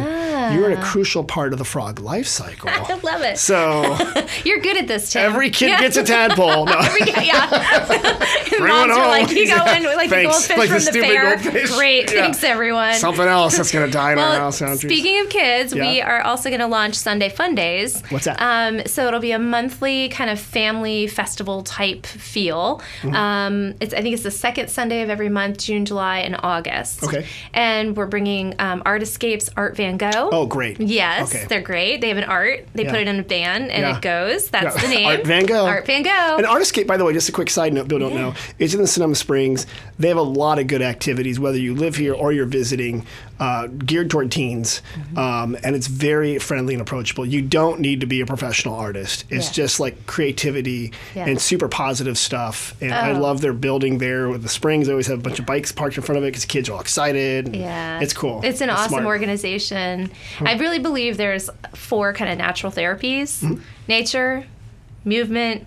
S1: you're in a crucial part of the frog life cycle.
S2: I Ah. love it.
S1: So
S2: You're good at this, Tim.
S1: every kid
S2: Yeah.
S1: gets a tadpole. No.
S2: yeah. And
S1: Bring
S2: moms
S1: one
S2: are
S1: home.
S2: like, you go in with like the
S1: Thanks.
S2: goldfish
S1: Like the
S2: from the,
S1: stupid
S2: fair.
S1: goldfish.
S2: Great.
S1: Yeah.
S2: Thanks, everyone.
S1: Something else that's going to die in our
S2: well,
S1: house. Andrews.
S2: speaking of kids, we
S1: Yeah.
S2: are also going to launch Sunday Fun Days.
S1: What's that?
S2: Um, so it'll be a monthly kind of family festival type feel.
S1: Mm-hmm.
S2: Um, it's I think it's the second Sunday of every month, June, July, and August.
S1: Okay.
S2: And we're bringing um, Art Escapes, Art Van Gogh.
S1: oh, great.
S2: Yes,
S1: Okay.
S2: they're great. They have an art. They
S1: Yeah.
S2: put it in a van, and
S1: Yeah.
S2: it goes. That's
S1: Yeah.
S2: the name.
S1: Art Van Gogh.
S2: Art Van Gogh.
S1: And Artiscape, by the way, just a quick side note, Bill don't know, it's in the Sonoma Springs. They have a lot of good activities, whether you live here or you're visiting, uh, geared toward teens.
S2: Mm-hmm.
S1: Um, and it's very friendly and approachable. You don't need to be a professional artist. It's
S2: Yeah.
S1: just like creativity
S2: Yeah.
S1: and super positive stuff. And I
S2: Oh.
S1: love their building there with the springs. They always have a bunch of bikes parked in front of it because kids are all excited. and
S2: Yeah.
S1: It's cool.
S2: It's an awesome
S1: smart. Hmm.
S2: organization. I really believe there's four kind of natural therapies
S1: Hmm.
S2: nature, movement,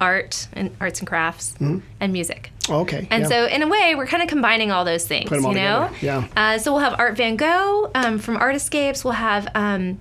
S2: art, and arts and crafts,
S1: Hmm.
S2: and music.
S1: Oh, okay.
S2: And
S1: yeah.
S2: so, in a way, we're kind of combining all those things,
S1: 'em all
S2: you know?
S1: together,
S2: Uh, so, we'll have Art Van Gogh um, from Art Escapes. We'll have um,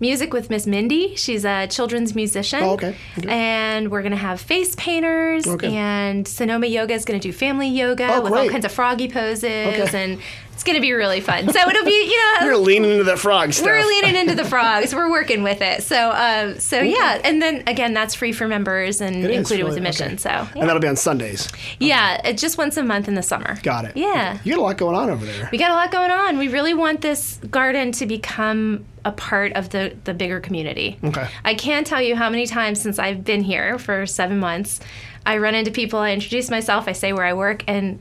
S2: music with Miss Mindy. She's a children's musician.
S1: Oh, okay. Okay.
S2: And we're going to have face painters.
S1: Okay.
S2: And Sonoma Yoga is going to do family yoga
S1: Oh,
S2: with all
S1: great.
S2: kinds of froggy poses.
S1: Okay.
S2: And it's going to be really fun. So, it'll be, you know,
S1: You're leaning into that frog stuff.
S2: we're leaning into the frogs. We're working with it. So, um, so yeah. And then again, that's free for members and
S1: It is
S2: included with
S1: really-
S2: admission.
S1: okay.
S2: So, yeah.
S1: And that'll be on Sundays.
S2: yeah, it just once a month in the summer.
S1: Got it.
S2: Yeah.
S1: You got a lot going on over there.
S2: We got a lot going on. We really want this garden to become a part of the, the bigger community.
S1: Okay.
S2: I can't tell you how many times since I've been here for seven months, I run into people, I introduce myself, I say where I work, and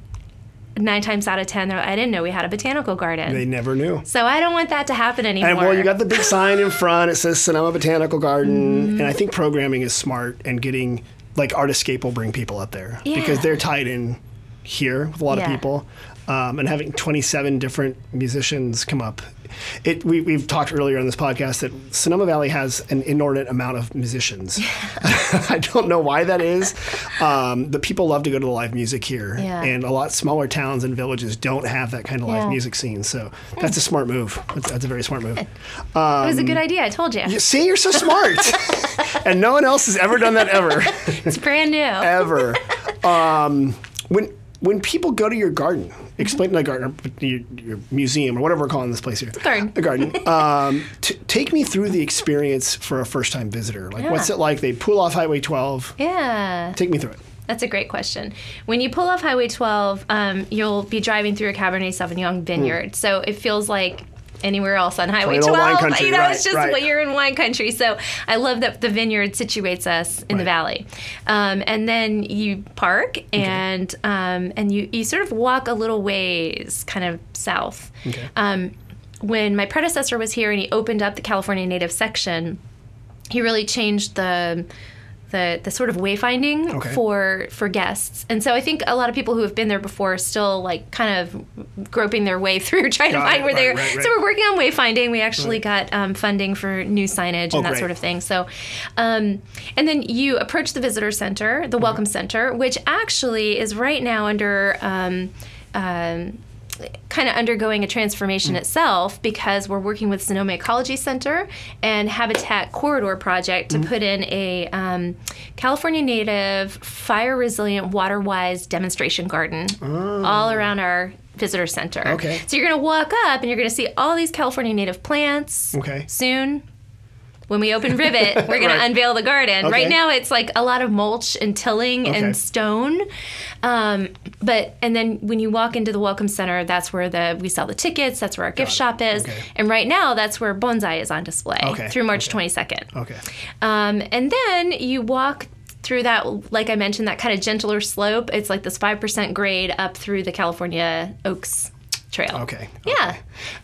S2: nine times out of ten, they're like, I didn't know we had a botanical garden.
S1: They never knew.
S2: so I don't want that to happen anymore.
S1: And well, you got the big sign in front. It says Sonoma Botanical Garden,
S2: Mm-hmm.
S1: and I think programming is smart and getting like Artiscape will bring people up there because
S2: Yeah.
S1: they're tied in here with a lot of
S2: Yeah.
S1: people, um, and having 27 different musicians come up. It we, we've talked earlier on this podcast that Sonoma Valley has an inordinate amount of musicians. I don't know why that is. Um, the people love to go to the live music here,
S2: Yeah.
S1: and a lot smaller towns and villages don't have that kind of live
S2: Yeah. Hmm.
S1: music scene. So that's a smart move. That's, that's a very smart move.
S2: it
S1: um,
S2: was a good idea. I told you.
S1: You- See, you're so smart. and no one else has ever done that ever,
S2: It's brand new.
S1: ever. Um, when when people go to your garden, explain the garden, or your, your museum, or whatever we're calling this place here,
S2: garden.
S1: a garden. Um, t- take me through the experience for a first time visitor. Like, what's
S2: Yeah.
S1: it like? They pull off Highway 12.
S2: Yeah.
S1: Take me through it.
S2: That's a great question. When you pull off Highway 12, um, you'll be driving through a Cabernet Sauvignon vineyard. So it feels like anywhere else on Highway
S1: Plain old
S2: 12.
S1: Hmm. wine country,
S2: you know,
S1: right,
S2: it's just
S1: right.
S2: well, you're in wine country. So I love that the vineyard situates us in the valley. Um, and then you park and um, and you, you sort of walk a little ways kind of south.
S1: Hmm.
S2: Um, when my predecessor was here and he opened up the California Native section, he really changed the the, the sort of wayfinding
S1: Okay.
S2: for for guests and so i think a lot of people who have been there before are still like kind of groping their way through trying to
S1: Got
S2: find
S1: it.
S2: where they're
S1: Right, right, right.
S2: so we're working on wayfinding we actually got um, funding for new signage and that
S1: Oh, great.
S2: sort of thing so um, and then you approach the visitor center the welcome center which actually is right now under um, um, kind of undergoing a transformation itself because we're working with Sonoma Ecology Center and Habitat Corridor Project to put in a um, California native fire resilient water wise demonstration garden all around our visitor center.
S1: Okay.
S2: So you're going to walk up and you're going to see all these California native plants
S1: Okay.
S2: soon. when we open Rivet, we're going
S1: Right.
S2: to unveil the garden.
S1: Okay.
S2: Right now, it's like a lot of mulch and tilling
S1: Okay.
S2: and stone. Um, but and then when you walk into the Welcome Center, that's where the we sell the tickets. That's where our gift
S1: it.
S2: shop is.
S1: Okay.
S2: And right now, that's where bonsai is on display
S1: Okay. Oh.
S2: through March 22nd.
S1: Okay.
S2: Um, and then you walk through that, like I mentioned, that kind of gentler slope. It's like this 5% grade up through the California Oaks Trail.
S1: Okay.
S2: Yeah.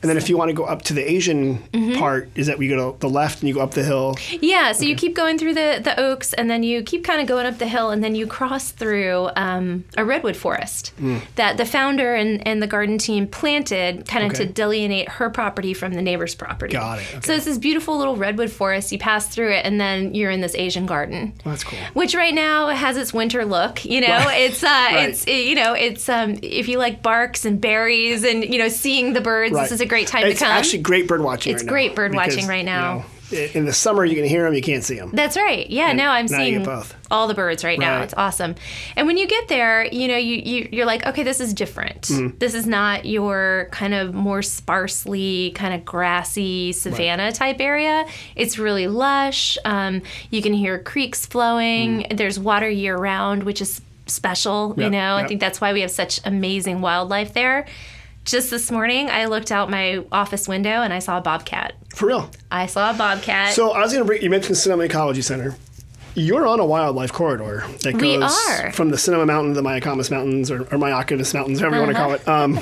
S1: And then if you want to go up to the Asian
S2: Mm-hmm.
S1: part, is that we go to the left and you go up the hill.
S2: Yeah. So you keep going through the, the oaks and then you keep kind of going up the hill and then you cross through um, a redwood forest
S1: Mm.
S2: that the founder and, and the garden team planted kind of
S1: Okay.
S2: to delineate her property from the neighbor's property.
S1: Got it, okay.
S2: So it's this beautiful little redwood forest. You pass through it and then you're in this Asian garden.
S1: Oh, That's cool.
S2: which right now has its winter look. You know,
S1: Right.
S2: it's uh,
S1: Right.
S2: it's you know, it's um, if you like barks and berries and you know, seeing the birds,
S1: Right.
S2: this is a great time
S1: it's
S2: to come.
S1: actually great bird watching.
S2: It's
S1: right
S2: great
S1: now
S2: bird
S1: because,
S2: watching right
S1: you
S2: now.
S1: know, i- in the summer, you can hear them. You can't see them.
S2: That's right. Yeah, no, I'm
S1: now you
S2: seeing
S1: get both.
S2: all the birds right, now.
S1: Right.
S2: It's awesome. And when you get there, you know, you, you you're like, okay, this is different.
S1: Mm-hmm.
S2: This is not your kind of more sparsely kind of grassy savanna type area. It's really lush. Um, you can hear creeks flowing. There's water year round, which is special.
S1: Mm-hmm. Yep,
S2: You know,
S1: yep.
S2: I think that's why we have such amazing wildlife there. Just this morning, I looked out my office window and I saw a bobcat.
S1: For real.
S2: I saw a bobcat.
S1: So I was going to bring, you mentioned Sonoma Ecology Center. You're on a wildlife corridor that goes
S2: We are.
S1: from the Sonoma Mountain to the Mayacamas Mountains or, or Mayacamas Mountains, however you want to
S2: Uh-huh.
S1: call it. Um,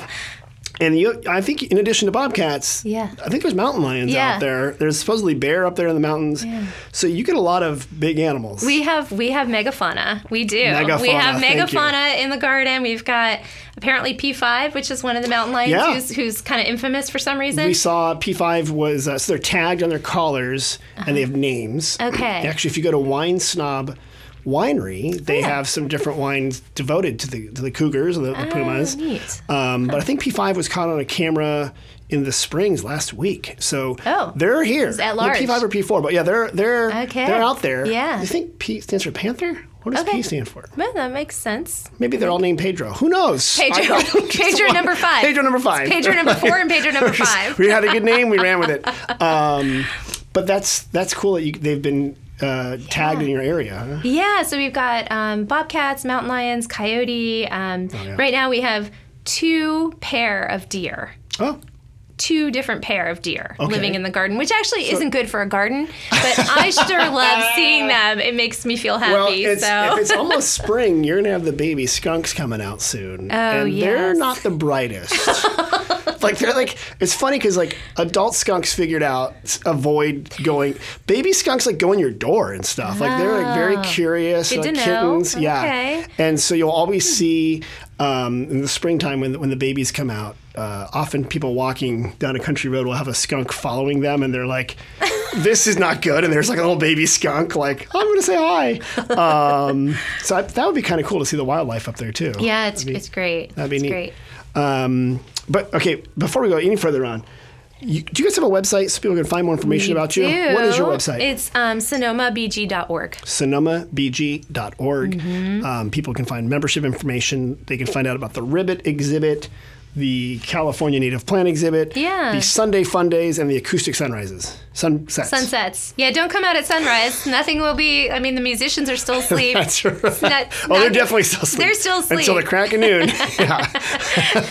S1: and you, I think in addition to bobcats,
S2: Yeah.
S1: I think there's mountain lions
S2: Yeah.
S1: out there. There's supposedly bear up there in the mountains. So you get a lot of big animals.
S2: We have we have megafauna. We do. we
S1: Megafauna,
S2: have
S1: thank you.
S2: megafauna in the garden. We've got apparently P5, which is one of the mountain lions
S1: Yeah.
S2: who's, who's kind of infamous for some reason.
S1: we saw P5 was uh, so they're tagged on their collars and they have names.
S2: Uh-huh. Okay.
S1: Actually, if you go to Wine Snob Winery, they
S2: yeah.
S1: have some different wines devoted to the to the cougars or the, the
S2: Ah,
S1: pumas.
S2: neat.
S1: Um, but I think P5 was caught on a camera in the Springs last week. So
S2: Oh.
S1: they're here.
S2: at
S1: They're
S2: large.
S1: P5 or P4, but yeah, they're they're
S2: Okay.
S1: they're out there.
S2: Yeah.
S1: You think P stands for Panther? What does
S2: Okay.
S1: P stand for?
S2: Well, that makes sense.
S1: Maybe they're all named Pedro. Who knows? I
S2: Pedro,
S1: don't- just
S2: Pedro
S1: want-
S2: number five.
S1: Pedro number five.
S2: Pedro number four and Pedro number five.
S1: we had a good name. We ran with it. Um, but that's that's cool that you, they've been uh, tagged in your area. Huh?
S2: Yeah, so we've got um, bobcats, mountain lions, coyote. Um,
S1: Oh, yeah.
S2: Right now we have two pair of deer.
S1: Oh,
S2: two different pair of deer
S1: Okay.
S2: living in the garden, which actually isn't good for a garden. But I sure love seeing them. It makes me feel happy.
S1: well, it's,
S2: so
S1: if it's almost spring, you're gonna have the baby skunks coming out soon, oh, and they're
S2: yes.
S1: not the brightest. like they're like it's funny because like adult skunks figured out s- avoid going. Baby skunks like go in your door and stuff. Like they're like very curious,
S2: Oh. Good
S1: like
S2: to know.
S1: kittens, yeah.
S2: Okay.
S1: And so you'll always see um, in the springtime when when the babies come out. Uh, often people walking down a country road will have a skunk following them, and they're like, "This is not good." And there's like a little baby skunk, like, "I'm going to say hi." Um, so I, that would be kind of cool to see the wildlife up there too.
S2: yeah, it's,
S1: That'd be-
S2: it's great.
S1: That'd be
S2: it's
S1: neat.
S2: great.
S1: Um, but okay, before we go any further on, you, do you guys have a website so people can find more information about you?
S2: Do-
S1: What is your website?
S2: It's um, sonomabg.org.
S1: sonomabg.org.
S2: Mm-hmm.
S1: Um, people can find membership information. They can find out about the Ribbit exhibit, the California Native Plant exhibit,
S2: Yeah.
S1: the Sunday Fun Days, and the acoustic sunrises. Sunsets.
S2: Sunsets. Yeah, don't come out at sunrise. Nothing will be. I mean, the musicians are still asleep.
S1: That's right.
S2: not-
S1: oh, they're
S2: not-
S1: definitely still asleep.
S2: They're still asleep.
S1: Until the crack of noon. yeah. um,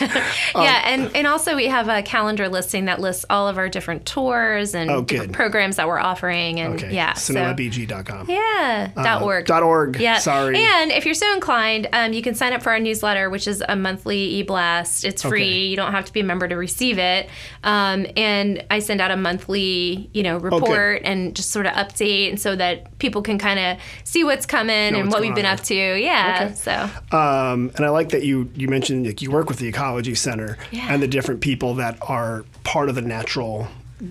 S2: yeah, and, and also we have a calendar listing that lists all of our different tours and
S1: Oh,
S2: different
S1: good.
S2: programs that we're offering. And
S1: Okay.
S2: yeah, so-
S1: SonomaBG.com.
S2: Yeah, dot
S1: Uh,
S2: org.
S1: dot org.
S2: Yeah.
S1: Sorry.
S2: And if you're so inclined, um, you can sign up for our newsletter, which is a monthly e-blast. It's free.
S1: Okay.
S2: You don't have to be a member to receive it. Um, and I send out a monthly, you
S1: Oh,
S2: know, report and just sort of update, and so that people can kind of see what's coming and
S1: what's
S2: what
S1: going
S2: we've been
S1: on.
S2: up to. Yeah.
S1: Okay.
S2: So
S1: Um, and I like that you you mentioned like you work with the ecology center
S2: Yeah.
S1: and the different people that are part of the natural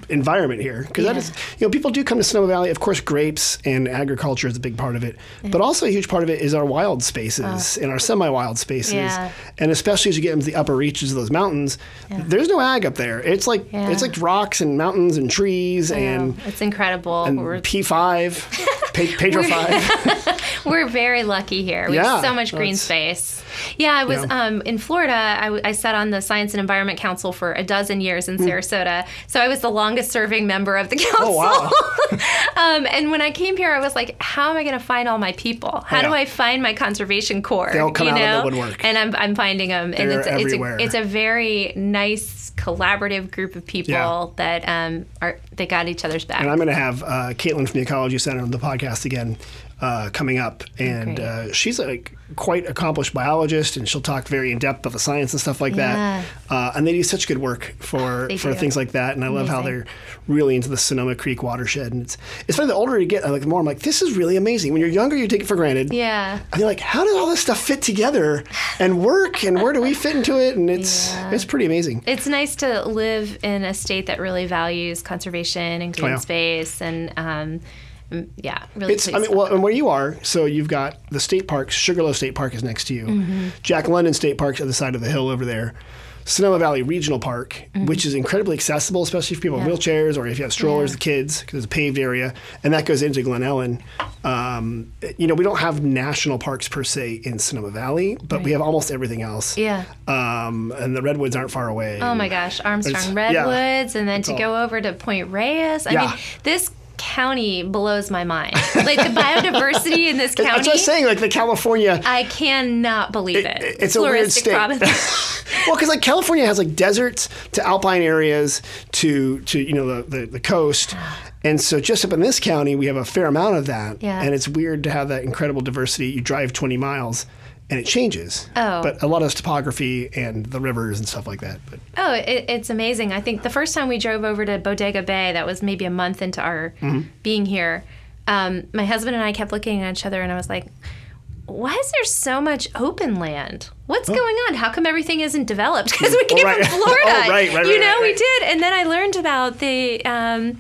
S1: environment here because that
S2: Yeah.
S1: is you know people do come to Sonoma Valley of course grapes and agriculture is a big part of it but also a huge part of it is our wild spaces and our semi-wild spaces
S2: Oh. Yeah.
S1: and especially as you get into the upper reaches of those mountains there's no ag up there it's like
S2: Yeah.
S1: it's like rocks and mountains and trees Um, and
S2: yeah, it's incredible. we're,
S1: P5 Pe- Pedro 5
S2: we're very lucky here. We
S1: Yeah,
S2: have so much green
S1: that's-
S2: space. Yeah, I was
S1: Yeah.
S2: Um, in Florida. I, w- I sat on the Science and Environment Council for a dozen years
S1: Hmm.
S2: in Sarasota, so I was the longest-serving member of the council.
S1: Oh, wow.
S2: um, and when I came here, I was like, "How am I going to find all my people? How do
S1: Yeah.
S2: I find my conservation corps?
S1: They all come
S2: you
S1: out
S2: know?
S1: of the woodwork.
S2: And I'm, I'm finding them, and
S1: They're
S2: it's, it's
S1: everywhere.
S2: a it's a very nice collaborative group of people
S1: Yeah.
S2: that um, are they got each other's back.
S1: And I'm going to have uh, Caitlin from the Ecology Center on the podcast again uh, coming up. And
S2: Oh, Great.
S1: uh, she's a quite accomplished biologist, and she'll talk very in depth about the science and stuff like
S2: Yeah.
S1: that. Uh, and they do such good work for
S2: They
S1: for
S2: do.
S1: things like that. And I love how
S2: Amazing.
S1: they're really into the Sonoma Creek watershed. And it's it's funny the older you get, I like the more I'm like, this is really amazing. When you're younger, you take it for granted.
S2: yeah.
S1: And you're like, how does all this stuff fit together and work? And where do we fit into it? And it's it's pretty amazing.
S2: It's nice to live in a state that really values conservation and green
S1: yeah.
S2: space and um, mm, yeah, really.
S1: It's, I
S2: pleased
S1: mean, well, and where you are, so you've got the state parks. Sugarloaf State Park is next to you.
S2: Mm-hmm.
S1: Jack London State Park's other side of the hill over there. Sonoma Valley Regional Park, which is incredibly accessible, especially for people in
S2: Mm-hmm. Yeah.
S1: wheelchairs or if you have strollers, the kids, because it's a paved area, and that goes into Glen Ellen. Um, you know, we don't have national parks per se in Sonoma Valley, but we have almost everything else.
S2: Yeah.
S1: Um, and the redwoods aren't far away.
S2: Oh my
S1: It's-
S2: gosh, Armstrong
S1: yeah.
S2: Redwoods, and then to
S1: all-
S2: go over to Point Reyes. I
S1: Yeah.
S2: mean, this county blows my mind. Like the biodiversity in this
S1: That's
S2: county,
S1: what I'm saying. Like the California
S2: I cannot believe it.
S1: it- it's a weird
S2: Floristic
S1: state.
S2: province.
S1: well, because like California has like deserts to alpine areas to to you know the, the, the coast, and so just up in this county we have a fair amount of that.
S2: Yeah.
S1: And it's weird to have that incredible diversity. You drive 20 miles, and it changes.
S2: Oh.
S1: But a lot of it's topography and the rivers and stuff like that. But
S2: Oh, it, it's amazing. I think the first time we drove over to Bodega Bay, that was maybe a month into our
S1: Mm-hmm.
S2: being here, um, my husband and I kept looking at each other and I was like, why is there so much open land? What's going on? How come everything isn't developed? Because we came
S1: right.
S2: from Florida.
S1: Oh, right, right,
S2: you
S1: right,
S2: know,
S1: right,
S2: we
S1: right.
S2: did. And then I learned about the. Um,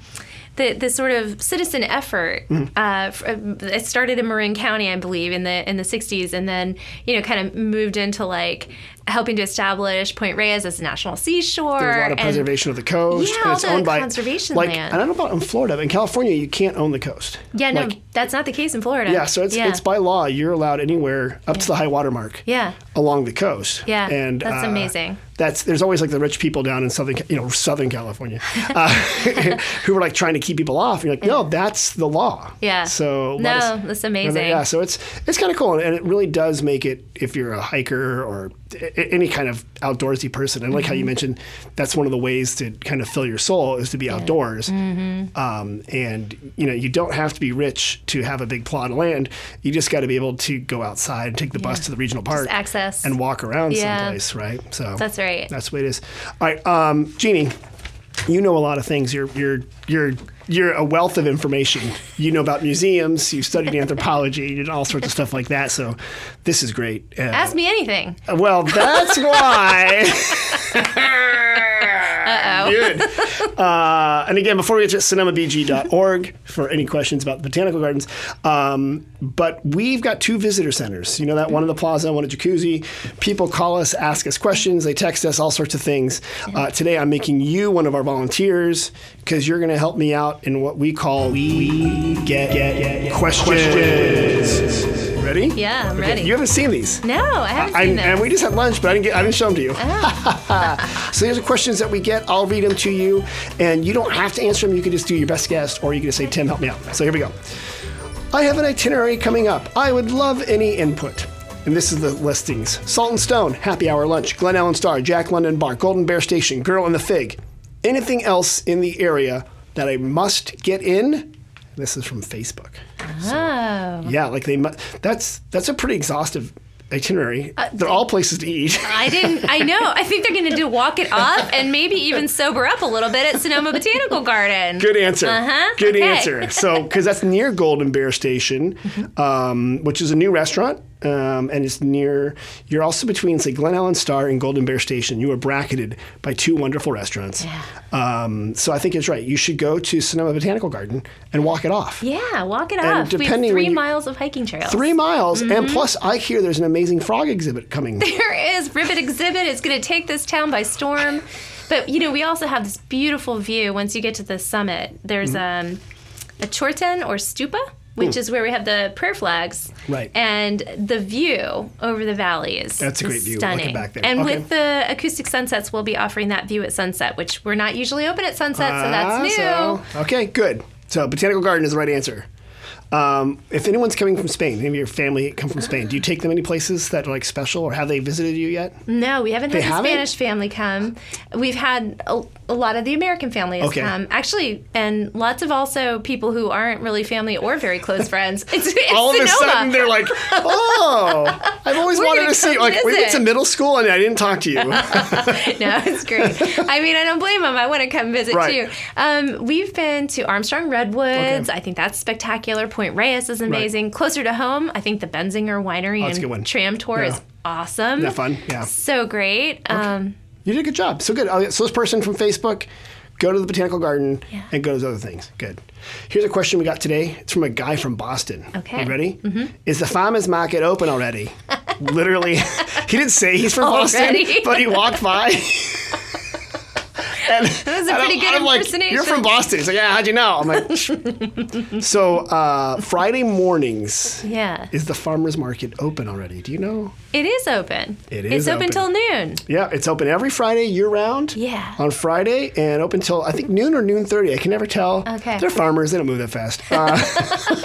S2: the, the sort of citizen effort
S1: Hmm.
S2: uh, fr- it started in Marin County, I believe, in the in the 60s, and then you know kind of moved into like helping to establish Point Reyes as a national seashore.
S1: there's a lot of
S2: and-
S1: preservation of the coast.
S2: Yeah,
S1: and
S2: all
S1: it's
S2: the
S1: owned by
S2: conservation
S1: like,
S2: land.
S1: And I don't know about in Florida, but in California you can't own the coast.
S2: Yeah, no,
S1: Like,
S2: that's not the case in Florida.
S1: yeah, so it's it's by law you're allowed anywhere up to the high water mark.
S2: yeah.
S1: along the coast. uh,
S2: Yeah, that's amazing.
S1: That's there's always like the rich people down in southern, you know, Southern California, uh, who were like trying to keep people off. And you're like, no, that's the law.
S2: Yeah.
S1: So
S2: No,
S1: let us-
S2: that's
S1: and then-
S2: amazing.
S1: Yeah, so it's it's kind of cool, and it really does make it if you're a hiker or a- a- any kind of outdoorsy person. And like how
S2: Mm-hmm.
S1: you mentioned, that's one of the ways to kind of fill your soul is to be outdoors.
S2: Mm-hmm.
S1: Um, and you know, you don't have to be rich to have a big plot of land. You just got to be able to go outside and take the bus to the regional park,
S2: access.
S1: and walk around
S2: Yeah.
S1: someplace, right? So
S2: That's right.
S1: That's the way it is. All right, um, Jeannie, you know a lot of things. You're you're you're you're a wealth of information. You know about museums. You studied anthropology. You did all sorts of stuff like that. So this is great. Uh,
S2: Ask me anything.
S1: well, that's why. Good. Uh, and again, before we get to it, cinemabg.org for any questions about the botanical gardens. Um, but we've got two visitor centers. You know that one in the plaza, one at jacuzzi. People call us, ask us questions, they text us, all sorts of things. Uh, today, I'm making you one of our volunteers because you're going to help me out in what we call we get, questions. Ready?
S2: Yeah, I'm
S1: Okay,
S2: ready.
S1: You haven't seen these.
S2: No, I haven't
S1: I,
S2: seen that.
S1: and we just had lunch, but I didn't get, I didn't show them to you. so here's the questions that we get. I'll read them to you, and you don't have to answer them. You can just do your best guess, or you can just say, "Tim, help me out." So here we go. I have an itinerary coming up. I would love any input. And this is the listings: Salt and Stone, Happy Hour Lunch, Glen Ellen Star, Jack London Bar, Golden Bear Station, Girl and the Fig. Anything else in the area that I must get in? This is from Facebook.
S2: oh,
S1: Yeah, like they. mu- That's that's a pretty exhaustive itinerary.
S2: Uh,
S1: They're all places to eat.
S2: I didn't. I know. I think they're going to do walk it off and maybe even sober up a little bit at Sonoma Botanical Garden.
S1: Good answer.
S2: Uh-huh.
S1: Good
S2: Okay.
S1: answer. So, because that's near Golden Bear Station,
S2: Mm-hmm.
S1: um, which is a new restaurant, um, and it's near. You're also between, say, Glen Allen Star and Golden Bear Station. You are bracketed by two wonderful restaurants. Um, so I think it's right. You should go to Sonoma Botanical Garden and walk it off.
S2: Yeah, walk it off. We have
S1: depending
S2: three
S1: when you-
S2: miles of hiking trails.
S1: Three miles,
S2: Mm-hmm.
S1: and plus, I hear there's an amazing frog exhibit coming.
S2: There is Ribbit Exhibit. It's going to take this town by storm. But you know, we also have
S1: Mm-hmm.
S2: this beautiful view once you get to the summit. There's um, a chorten or stupa. which is where we have the prayer flags.
S1: Right.
S2: And the view over the valley is
S1: That's a great
S2: is
S1: view, looking
S2: Stunning.
S1: back there.
S2: And
S1: Okay.
S2: with the acoustic sunsets, we'll be offering that view at sunset, which we're not usually open at sunset, so that's new.
S1: Ah, so- okay, good. So botanical garden is the right answer. Um, if anyone's coming from Spain, any of your family come from Spain, do you take them any places that are like special, or have they visited you yet?
S2: No, we haven't had the
S1: haven't?
S2: Spanish family come. We've had a, a lot of the American families
S1: Okay.
S2: come, actually, and lots of also people who aren't really family or very close friends. It's, it's
S1: All of a
S2: Sonoma.
S1: sudden, they're like, "Oh, I've always
S2: We're
S1: wanted
S2: gonna
S1: to see."
S2: come
S1: Like we went to
S2: visit.
S1: middle school and I didn't talk to you.
S2: no, it's great. I mean, I don't blame them. I want to come visit
S1: Right.
S2: too. Um, we've been to Armstrong Redwoods. I think that's spectacular. Point Reyes is amazing. Closer to home, I think the Benzinger Winery
S1: Oh, that's a good one.
S2: and Tram Tour
S1: Yeah.
S2: is awesome.
S1: Isn't that fun? Yeah.
S2: So great. Um,
S1: You did a good job. So good. Oh, yeah, So this person from Facebook, go to the botanical garden and go to those other things. Good. Here's a question we got today. It's from a guy from Boston.
S2: Okay.
S1: You ready? Mm-hmm. Is the farmers market open already? Literally, he didn't say he's from Boston,
S2: Already?
S1: but he walked by. and that
S2: was a pretty good
S1: I'm like,
S2: impersonation.
S1: You're from Boston. He's like, yeah. How'd you know? I'm like, "Shh." so uh, Friday mornings.
S2: yeah.
S1: Is the farmers market open already? Do you know?
S2: It is open.
S1: It is
S2: It's open,
S1: open.
S2: till noon.
S1: Yeah, it's open every Friday year round.
S2: Yeah.
S1: On Friday and open till I think noon or noon thirty. I can never tell.
S2: Okay.
S1: They're farmers. They don't move that fast. Uh,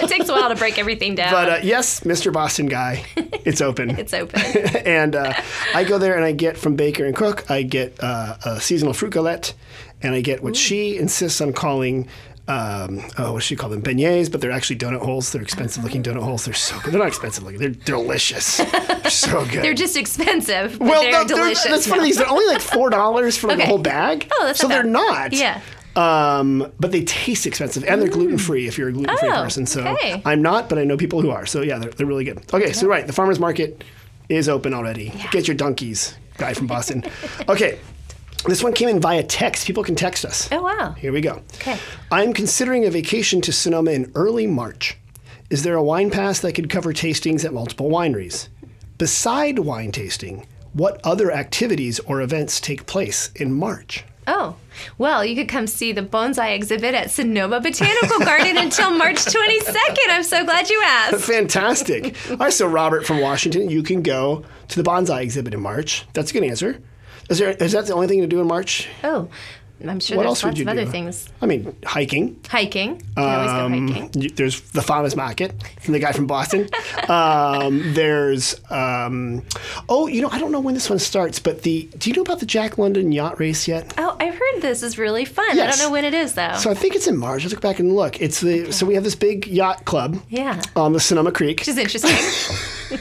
S2: It takes a while to break everything down.
S1: but uh, yes, Mr. Boston guy, it's open.
S2: it's open.
S1: and uh, I go there and I get from Baker and Cook. I get uh, a seasonal fruit galette, and I get what she insists on calling. Um, oh, what does she call them? Beignets, but they're actually donut holes. They're expensive looking
S2: Uh-huh.
S1: donut holes. They're so good. They're not expensive looking. They're delicious. They're so good.
S2: They're just expensive, but
S1: Well,
S2: they're
S1: no,
S2: delicious.
S1: That's funny. These are only like four dollars for like a
S2: Okay.
S1: whole bag.
S2: Oh, that's
S1: so
S2: not
S1: they're
S2: bad.
S1: not.
S2: Yeah. Mm.
S1: Um, but they taste expensive and they're gluten free if you're a gluten free
S2: Oh,
S1: person. So
S2: okay.
S1: I'm not, but I know people who are. So yeah, they're, they're really good. Okay, so right, the farmers market is open already. Get your donkeys, guy from Boston. okay, this one came in via text. People can text us.
S2: Oh, wow.
S1: Here we go.
S2: Okay.
S1: I'm considering a vacation to Sonoma in early March. Is there a wine pass that could cover tastings at multiple wineries? Beside wine tasting, what other activities or events take place in March?
S2: Oh, well, you could come see the bonsai exhibit at Sonoma Botanical Garden until March 22nd. I'm so glad you asked.
S1: Fantastic. All right, so Robert from Washington, you can go to the bonsai exhibit in March. That's a good answer. Is, there, is that the only thing to do in March?
S2: Oh, I'm sure
S1: What
S2: there's
S1: else would
S2: lots
S1: you
S2: of other
S1: do?
S2: things.
S1: I mean, hiking.
S2: Hiking. I always go hiking.
S1: y- Um, There's the farmers market from the guy from Boston. um, there's um, oh, you know, I don't know when this one starts, but the do you know about the Jack London yacht race yet?
S2: Oh, I heard this is really fun. I
S1: Yes.
S2: don't know when it is, though.
S1: So I think it's in March. Let's go back and look. It's the so we have this big yacht club
S2: yeah.
S1: on the Sonoma Creek,
S2: Which is interesting.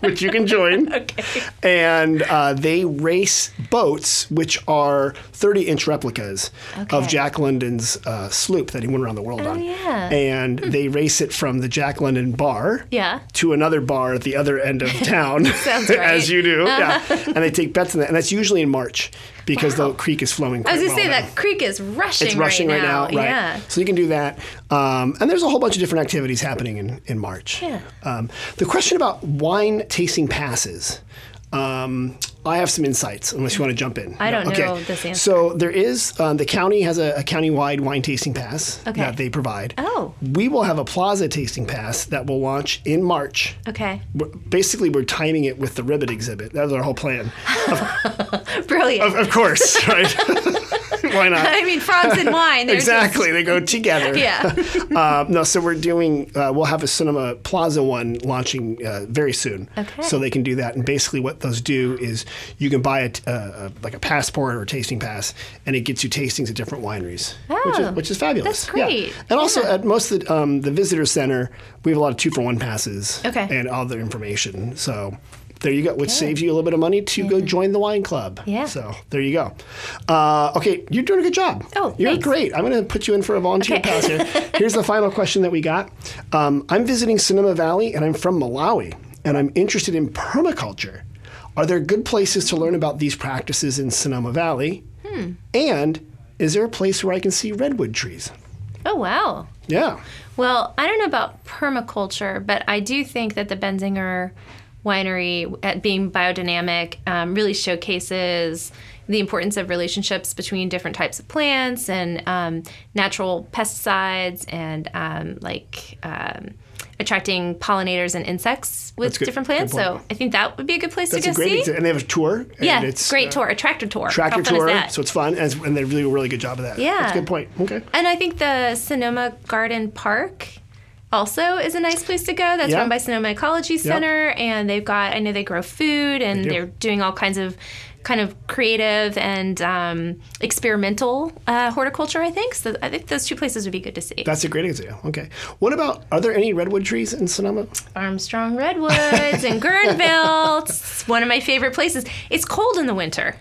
S1: which you can join.
S2: okay.
S1: and uh, they race boats, which are 30 inch replicas of
S2: Okay. Oh,
S1: Jack London's uh, sloop that he went around the world on.
S2: yeah. Hmm.
S1: And they race it from the Jack London bar
S2: Yeah.
S1: to another bar at the other end of town,
S2: Sounds right. Uh-huh.
S1: as you do. Yeah. and they take bets on that. And that's usually in March because the creek is flowing.
S2: I was
S1: quite
S2: going to say
S1: well then.
S2: that creek is rushing,
S1: It's rushing right now, right?
S2: Yeah.
S1: So you can do that. Um, and there's a whole bunch of different activities happening in, in March.
S2: Yeah.
S1: Um, the question about wine tasting passes. Um, I have some insights, unless you want to jump in.
S2: I
S1: No?
S2: don't
S1: okay.
S2: know this answer.
S1: So there is um, the county has a, a county-wide wine tasting pass
S2: Okay.
S1: that they provide.
S2: Oh.
S1: We will have a plaza tasting pass that will launch in March.
S2: Okay.
S1: We're, basically, we're timing it with the ribbon exhibit. That was our whole plan.
S2: Brilliant.
S1: Of course, right? Why not?
S2: I mean, frogs and wine. they're just-
S1: exactly. They go together.
S2: Yeah.
S1: uh, no, so we're doing, uh, we'll have a Cinema Plaza one launching uh, very soon.
S2: Okay.
S1: So they can do that. And basically, what those do is you can buy a, t- uh, a- like a passport or a tasting pass, and it gets you tastings at different wineries, which, is,
S2: Oh,
S1: which is fabulous.
S2: that's
S1: Yeah.
S2: great.
S1: And also, at most of the, um, the visitor center, we have a lot of two for one passes
S2: Okay.
S1: and other information. So. There you go, which saves you a little bit of money to go join the wine club.
S2: Yeah.
S1: So there you go. Uh, okay, you're doing a good job.
S2: Oh,
S1: you're
S2: thanks.
S1: great. I'm going to put you in for a volunteer
S2: Okay.
S1: pass here. Here's the final question that we got. Um, I'm visiting Sonoma Valley and I'm from Malawi and I'm interested in permaculture. Are there good places to learn about these practices in Sonoma Valley?
S2: Hmm.
S1: And is there a place where I can see redwood trees?
S2: Oh, wow.
S1: Yeah.
S2: Well, I don't know about permaculture, but I do think that the Benzinger winery at being biodynamic um, really showcases the importance of relationships between different types of plants and um, natural pesticides and um, like um, attracting pollinators and insects with
S1: That's good.
S2: different plants.
S1: Good point.
S2: So I think that would be a good place
S1: That's
S2: to
S1: a
S2: go
S1: great
S2: see.
S1: example. And they have a tour. and
S2: Yeah,
S1: it's
S2: great
S1: uh,
S2: tour, a tractor tour.
S1: Tractor
S2: How fun
S1: tour.
S2: Is that?
S1: So it's fun. And, it's- and they do a really good job of that.
S2: Yeah.
S1: That's a good point. Okay.
S2: And I think the Sonoma Garden Park also is a nice place to go. That's
S1: Yeah.
S2: run by Sonoma Ecology Center, and they've got I know they grow food and
S1: do.
S2: they are doing all kinds of kind of creative and um, experimental uh, horticulture. I think so. I think those two places would be good to see.
S1: That's a great example. Okay. What about, are there any redwood trees in Sonoma?
S2: Armstrong Redwoods and Guerneville. It's one of my favorite places. It's cold in the winter.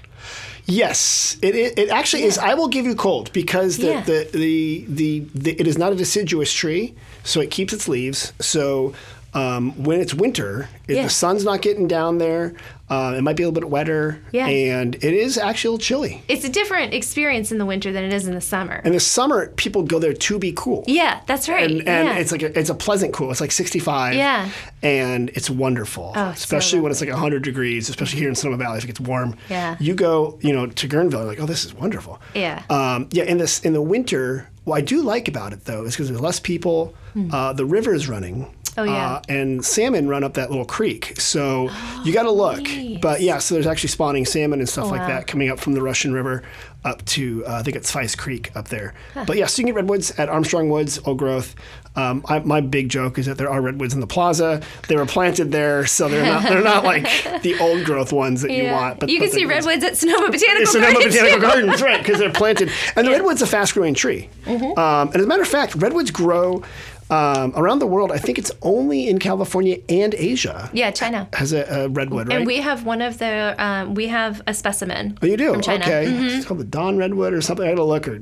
S1: Yes, it, it, it actually is. I will give you cold because the,
S2: Yeah.
S1: the, the, the, the it is not a deciduous tree, so it keeps its leaves. So um, when it's winter, if
S2: Yeah.
S1: the sun's not getting down there. Uh, it might be a little bit wetter,
S2: Yeah.
S1: and it is actually a little chilly.
S2: It's a different experience in the winter than it is in the summer.
S1: In the summer, people go there to be cool.
S2: yeah, that's right.
S1: and, and
S2: yeah.
S1: it's like a, it's a pleasant cool. It's like 65.
S2: Yeah.
S1: And it's wonderful,
S2: Oh, it's so
S1: especially when it's like 100 degrees, especially here in Sonoma Valley if it gets warm.
S2: Yeah.
S1: You go, you know, to Guerneville, you're like, oh, this is wonderful.
S2: Yeah.
S1: Um, yeah. In this in the winter, what I do like about it though is because there's less people.
S2: Hmm.
S1: Uh, the river is running.
S2: Oh, yeah.
S1: Uh, and salmon run up that little creek, so you got to look. But yeah, so there's actually spawning salmon and stuff like
S2: Oh, wow.
S1: that coming up from the Russian River up to uh, I think it's Feist Creek up there. But yeah, so you can get redwoods at Armstrong Woods, old growth. Um, I, my big joke is that there are redwoods in the plaza. They were planted there, so they're not they're not like the old growth ones that you
S2: Yeah.
S1: want. But
S2: you can
S1: but
S2: see
S1: they're-
S2: redwoods at Sonoma Botanical
S1: it's Sonoma
S2: Gardens.
S1: Botanical Gardens, right? Because they're planted, and the redwood's a fast-growing tree.
S2: Mm-hmm.
S1: Um, and as a matter of fact, redwoods grow um, around the world. I think it's only in California and Asia
S2: Yeah, China.
S1: has a, a redwood, right?
S2: And we have one of the um, we have a specimen.
S1: Oh, you do?
S2: from China. Mm-hmm.
S1: Okay. It's called the Don Redwood or something. I gotta look. Or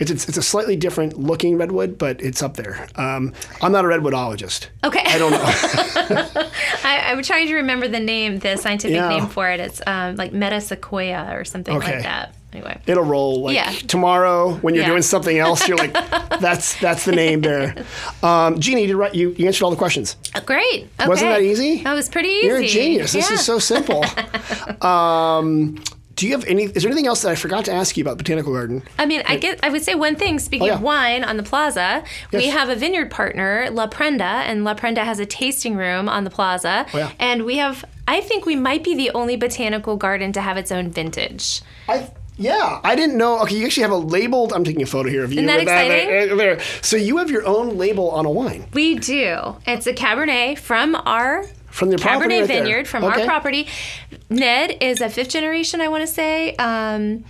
S1: it's, it's it's a slightly different looking redwood, but it's up there. Um, I'm not a redwoodologist.
S2: Okay.
S1: I don't know.
S2: I, I'm trying to remember the name, the scientific
S1: Yeah.
S2: name for it. It's um, like meta sequoia or something
S1: Okay.
S2: like that. Anyway.
S1: It'll roll like
S2: Yeah.
S1: tomorrow when you're
S2: Yeah.
S1: doing something else. You're like, that's that's the name there. Um, Jeannie, you did right. You, you answered all the questions.
S2: Uh, Great. Okay.
S1: Wasn't that easy?
S2: That was pretty easy.
S1: You're a genius. This
S2: Yeah.
S1: is so simple. um, do you have any? Is there anything else that I forgot to ask you about botanical garden?
S2: I mean, I get. I would say one thing. Speaking
S1: Oh, yeah.
S2: of wine on the plaza, we
S1: Yes.
S2: have a vineyard partner, La Prenda, and La Prenda has a tasting room on the plaza.
S1: Oh, yeah.
S2: And we have. I think we might be the only botanical garden to have its own vintage.
S1: I yeah, I didn't know. Okay, you actually have a labeled. I'm taking a photo here of you.
S2: Isn't that
S1: with
S2: exciting?
S1: uh, there. So you have your own label on a wine
S2: We do. It's a Cabernet from our
S1: from your property
S2: Cabernet
S1: right there.
S2: vineyard from
S1: Okay.
S2: our property. Ned is a fifth generation, I want to say, um,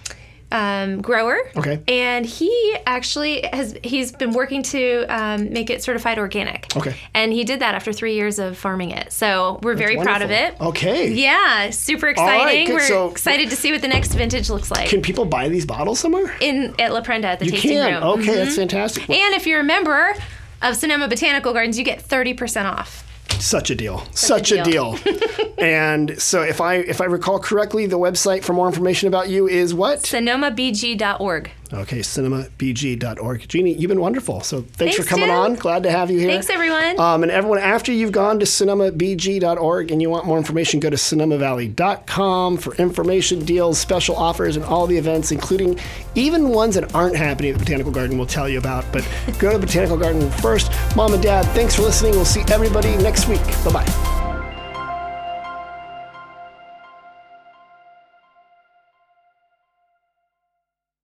S2: um, grower.
S1: Okay.
S2: And he actually has he's been working to um, make it certified organic.
S1: Okay.
S2: And he did that after three years of farming it. So we're very proud of it.
S1: Wonderful. Okay.
S2: Yeah, super
S1: right,
S2: exciting.
S1: good.
S2: We're
S1: So-
S2: excited to see what the next vintage looks like.
S1: Can people buy these bottles somewhere?
S2: in at La Prenda at the
S1: You
S2: tasting
S1: can.
S2: room. Mm-hmm.
S1: Okay, that's fantastic. Well,
S2: And if you're a member of Sonoma Botanical Gardens, you get thirty percent off.
S1: such a deal. Such,
S2: a
S1: a deal. and so if I if I recall correctly, the website for more information about you is what?
S2: SonomaBG.org.
S1: Okay, cinemabg.org. Jeannie, you've been wonderful. So thanks, for
S2: Thanks,
S1: coming
S2: Tim.
S1: on. Glad to have you here.
S2: Thanks, everyone.
S1: Um, and everyone, after you've gone to cinemabg.org and you want more information, go to cinemavalley.com for information, deals, special offers, and all the events, including even ones that aren't happening at the Botanical Garden, we'll tell you about. But go to Botanical Garden first. Mom and Dad, thanks for listening. We'll see everybody next week. Bye bye.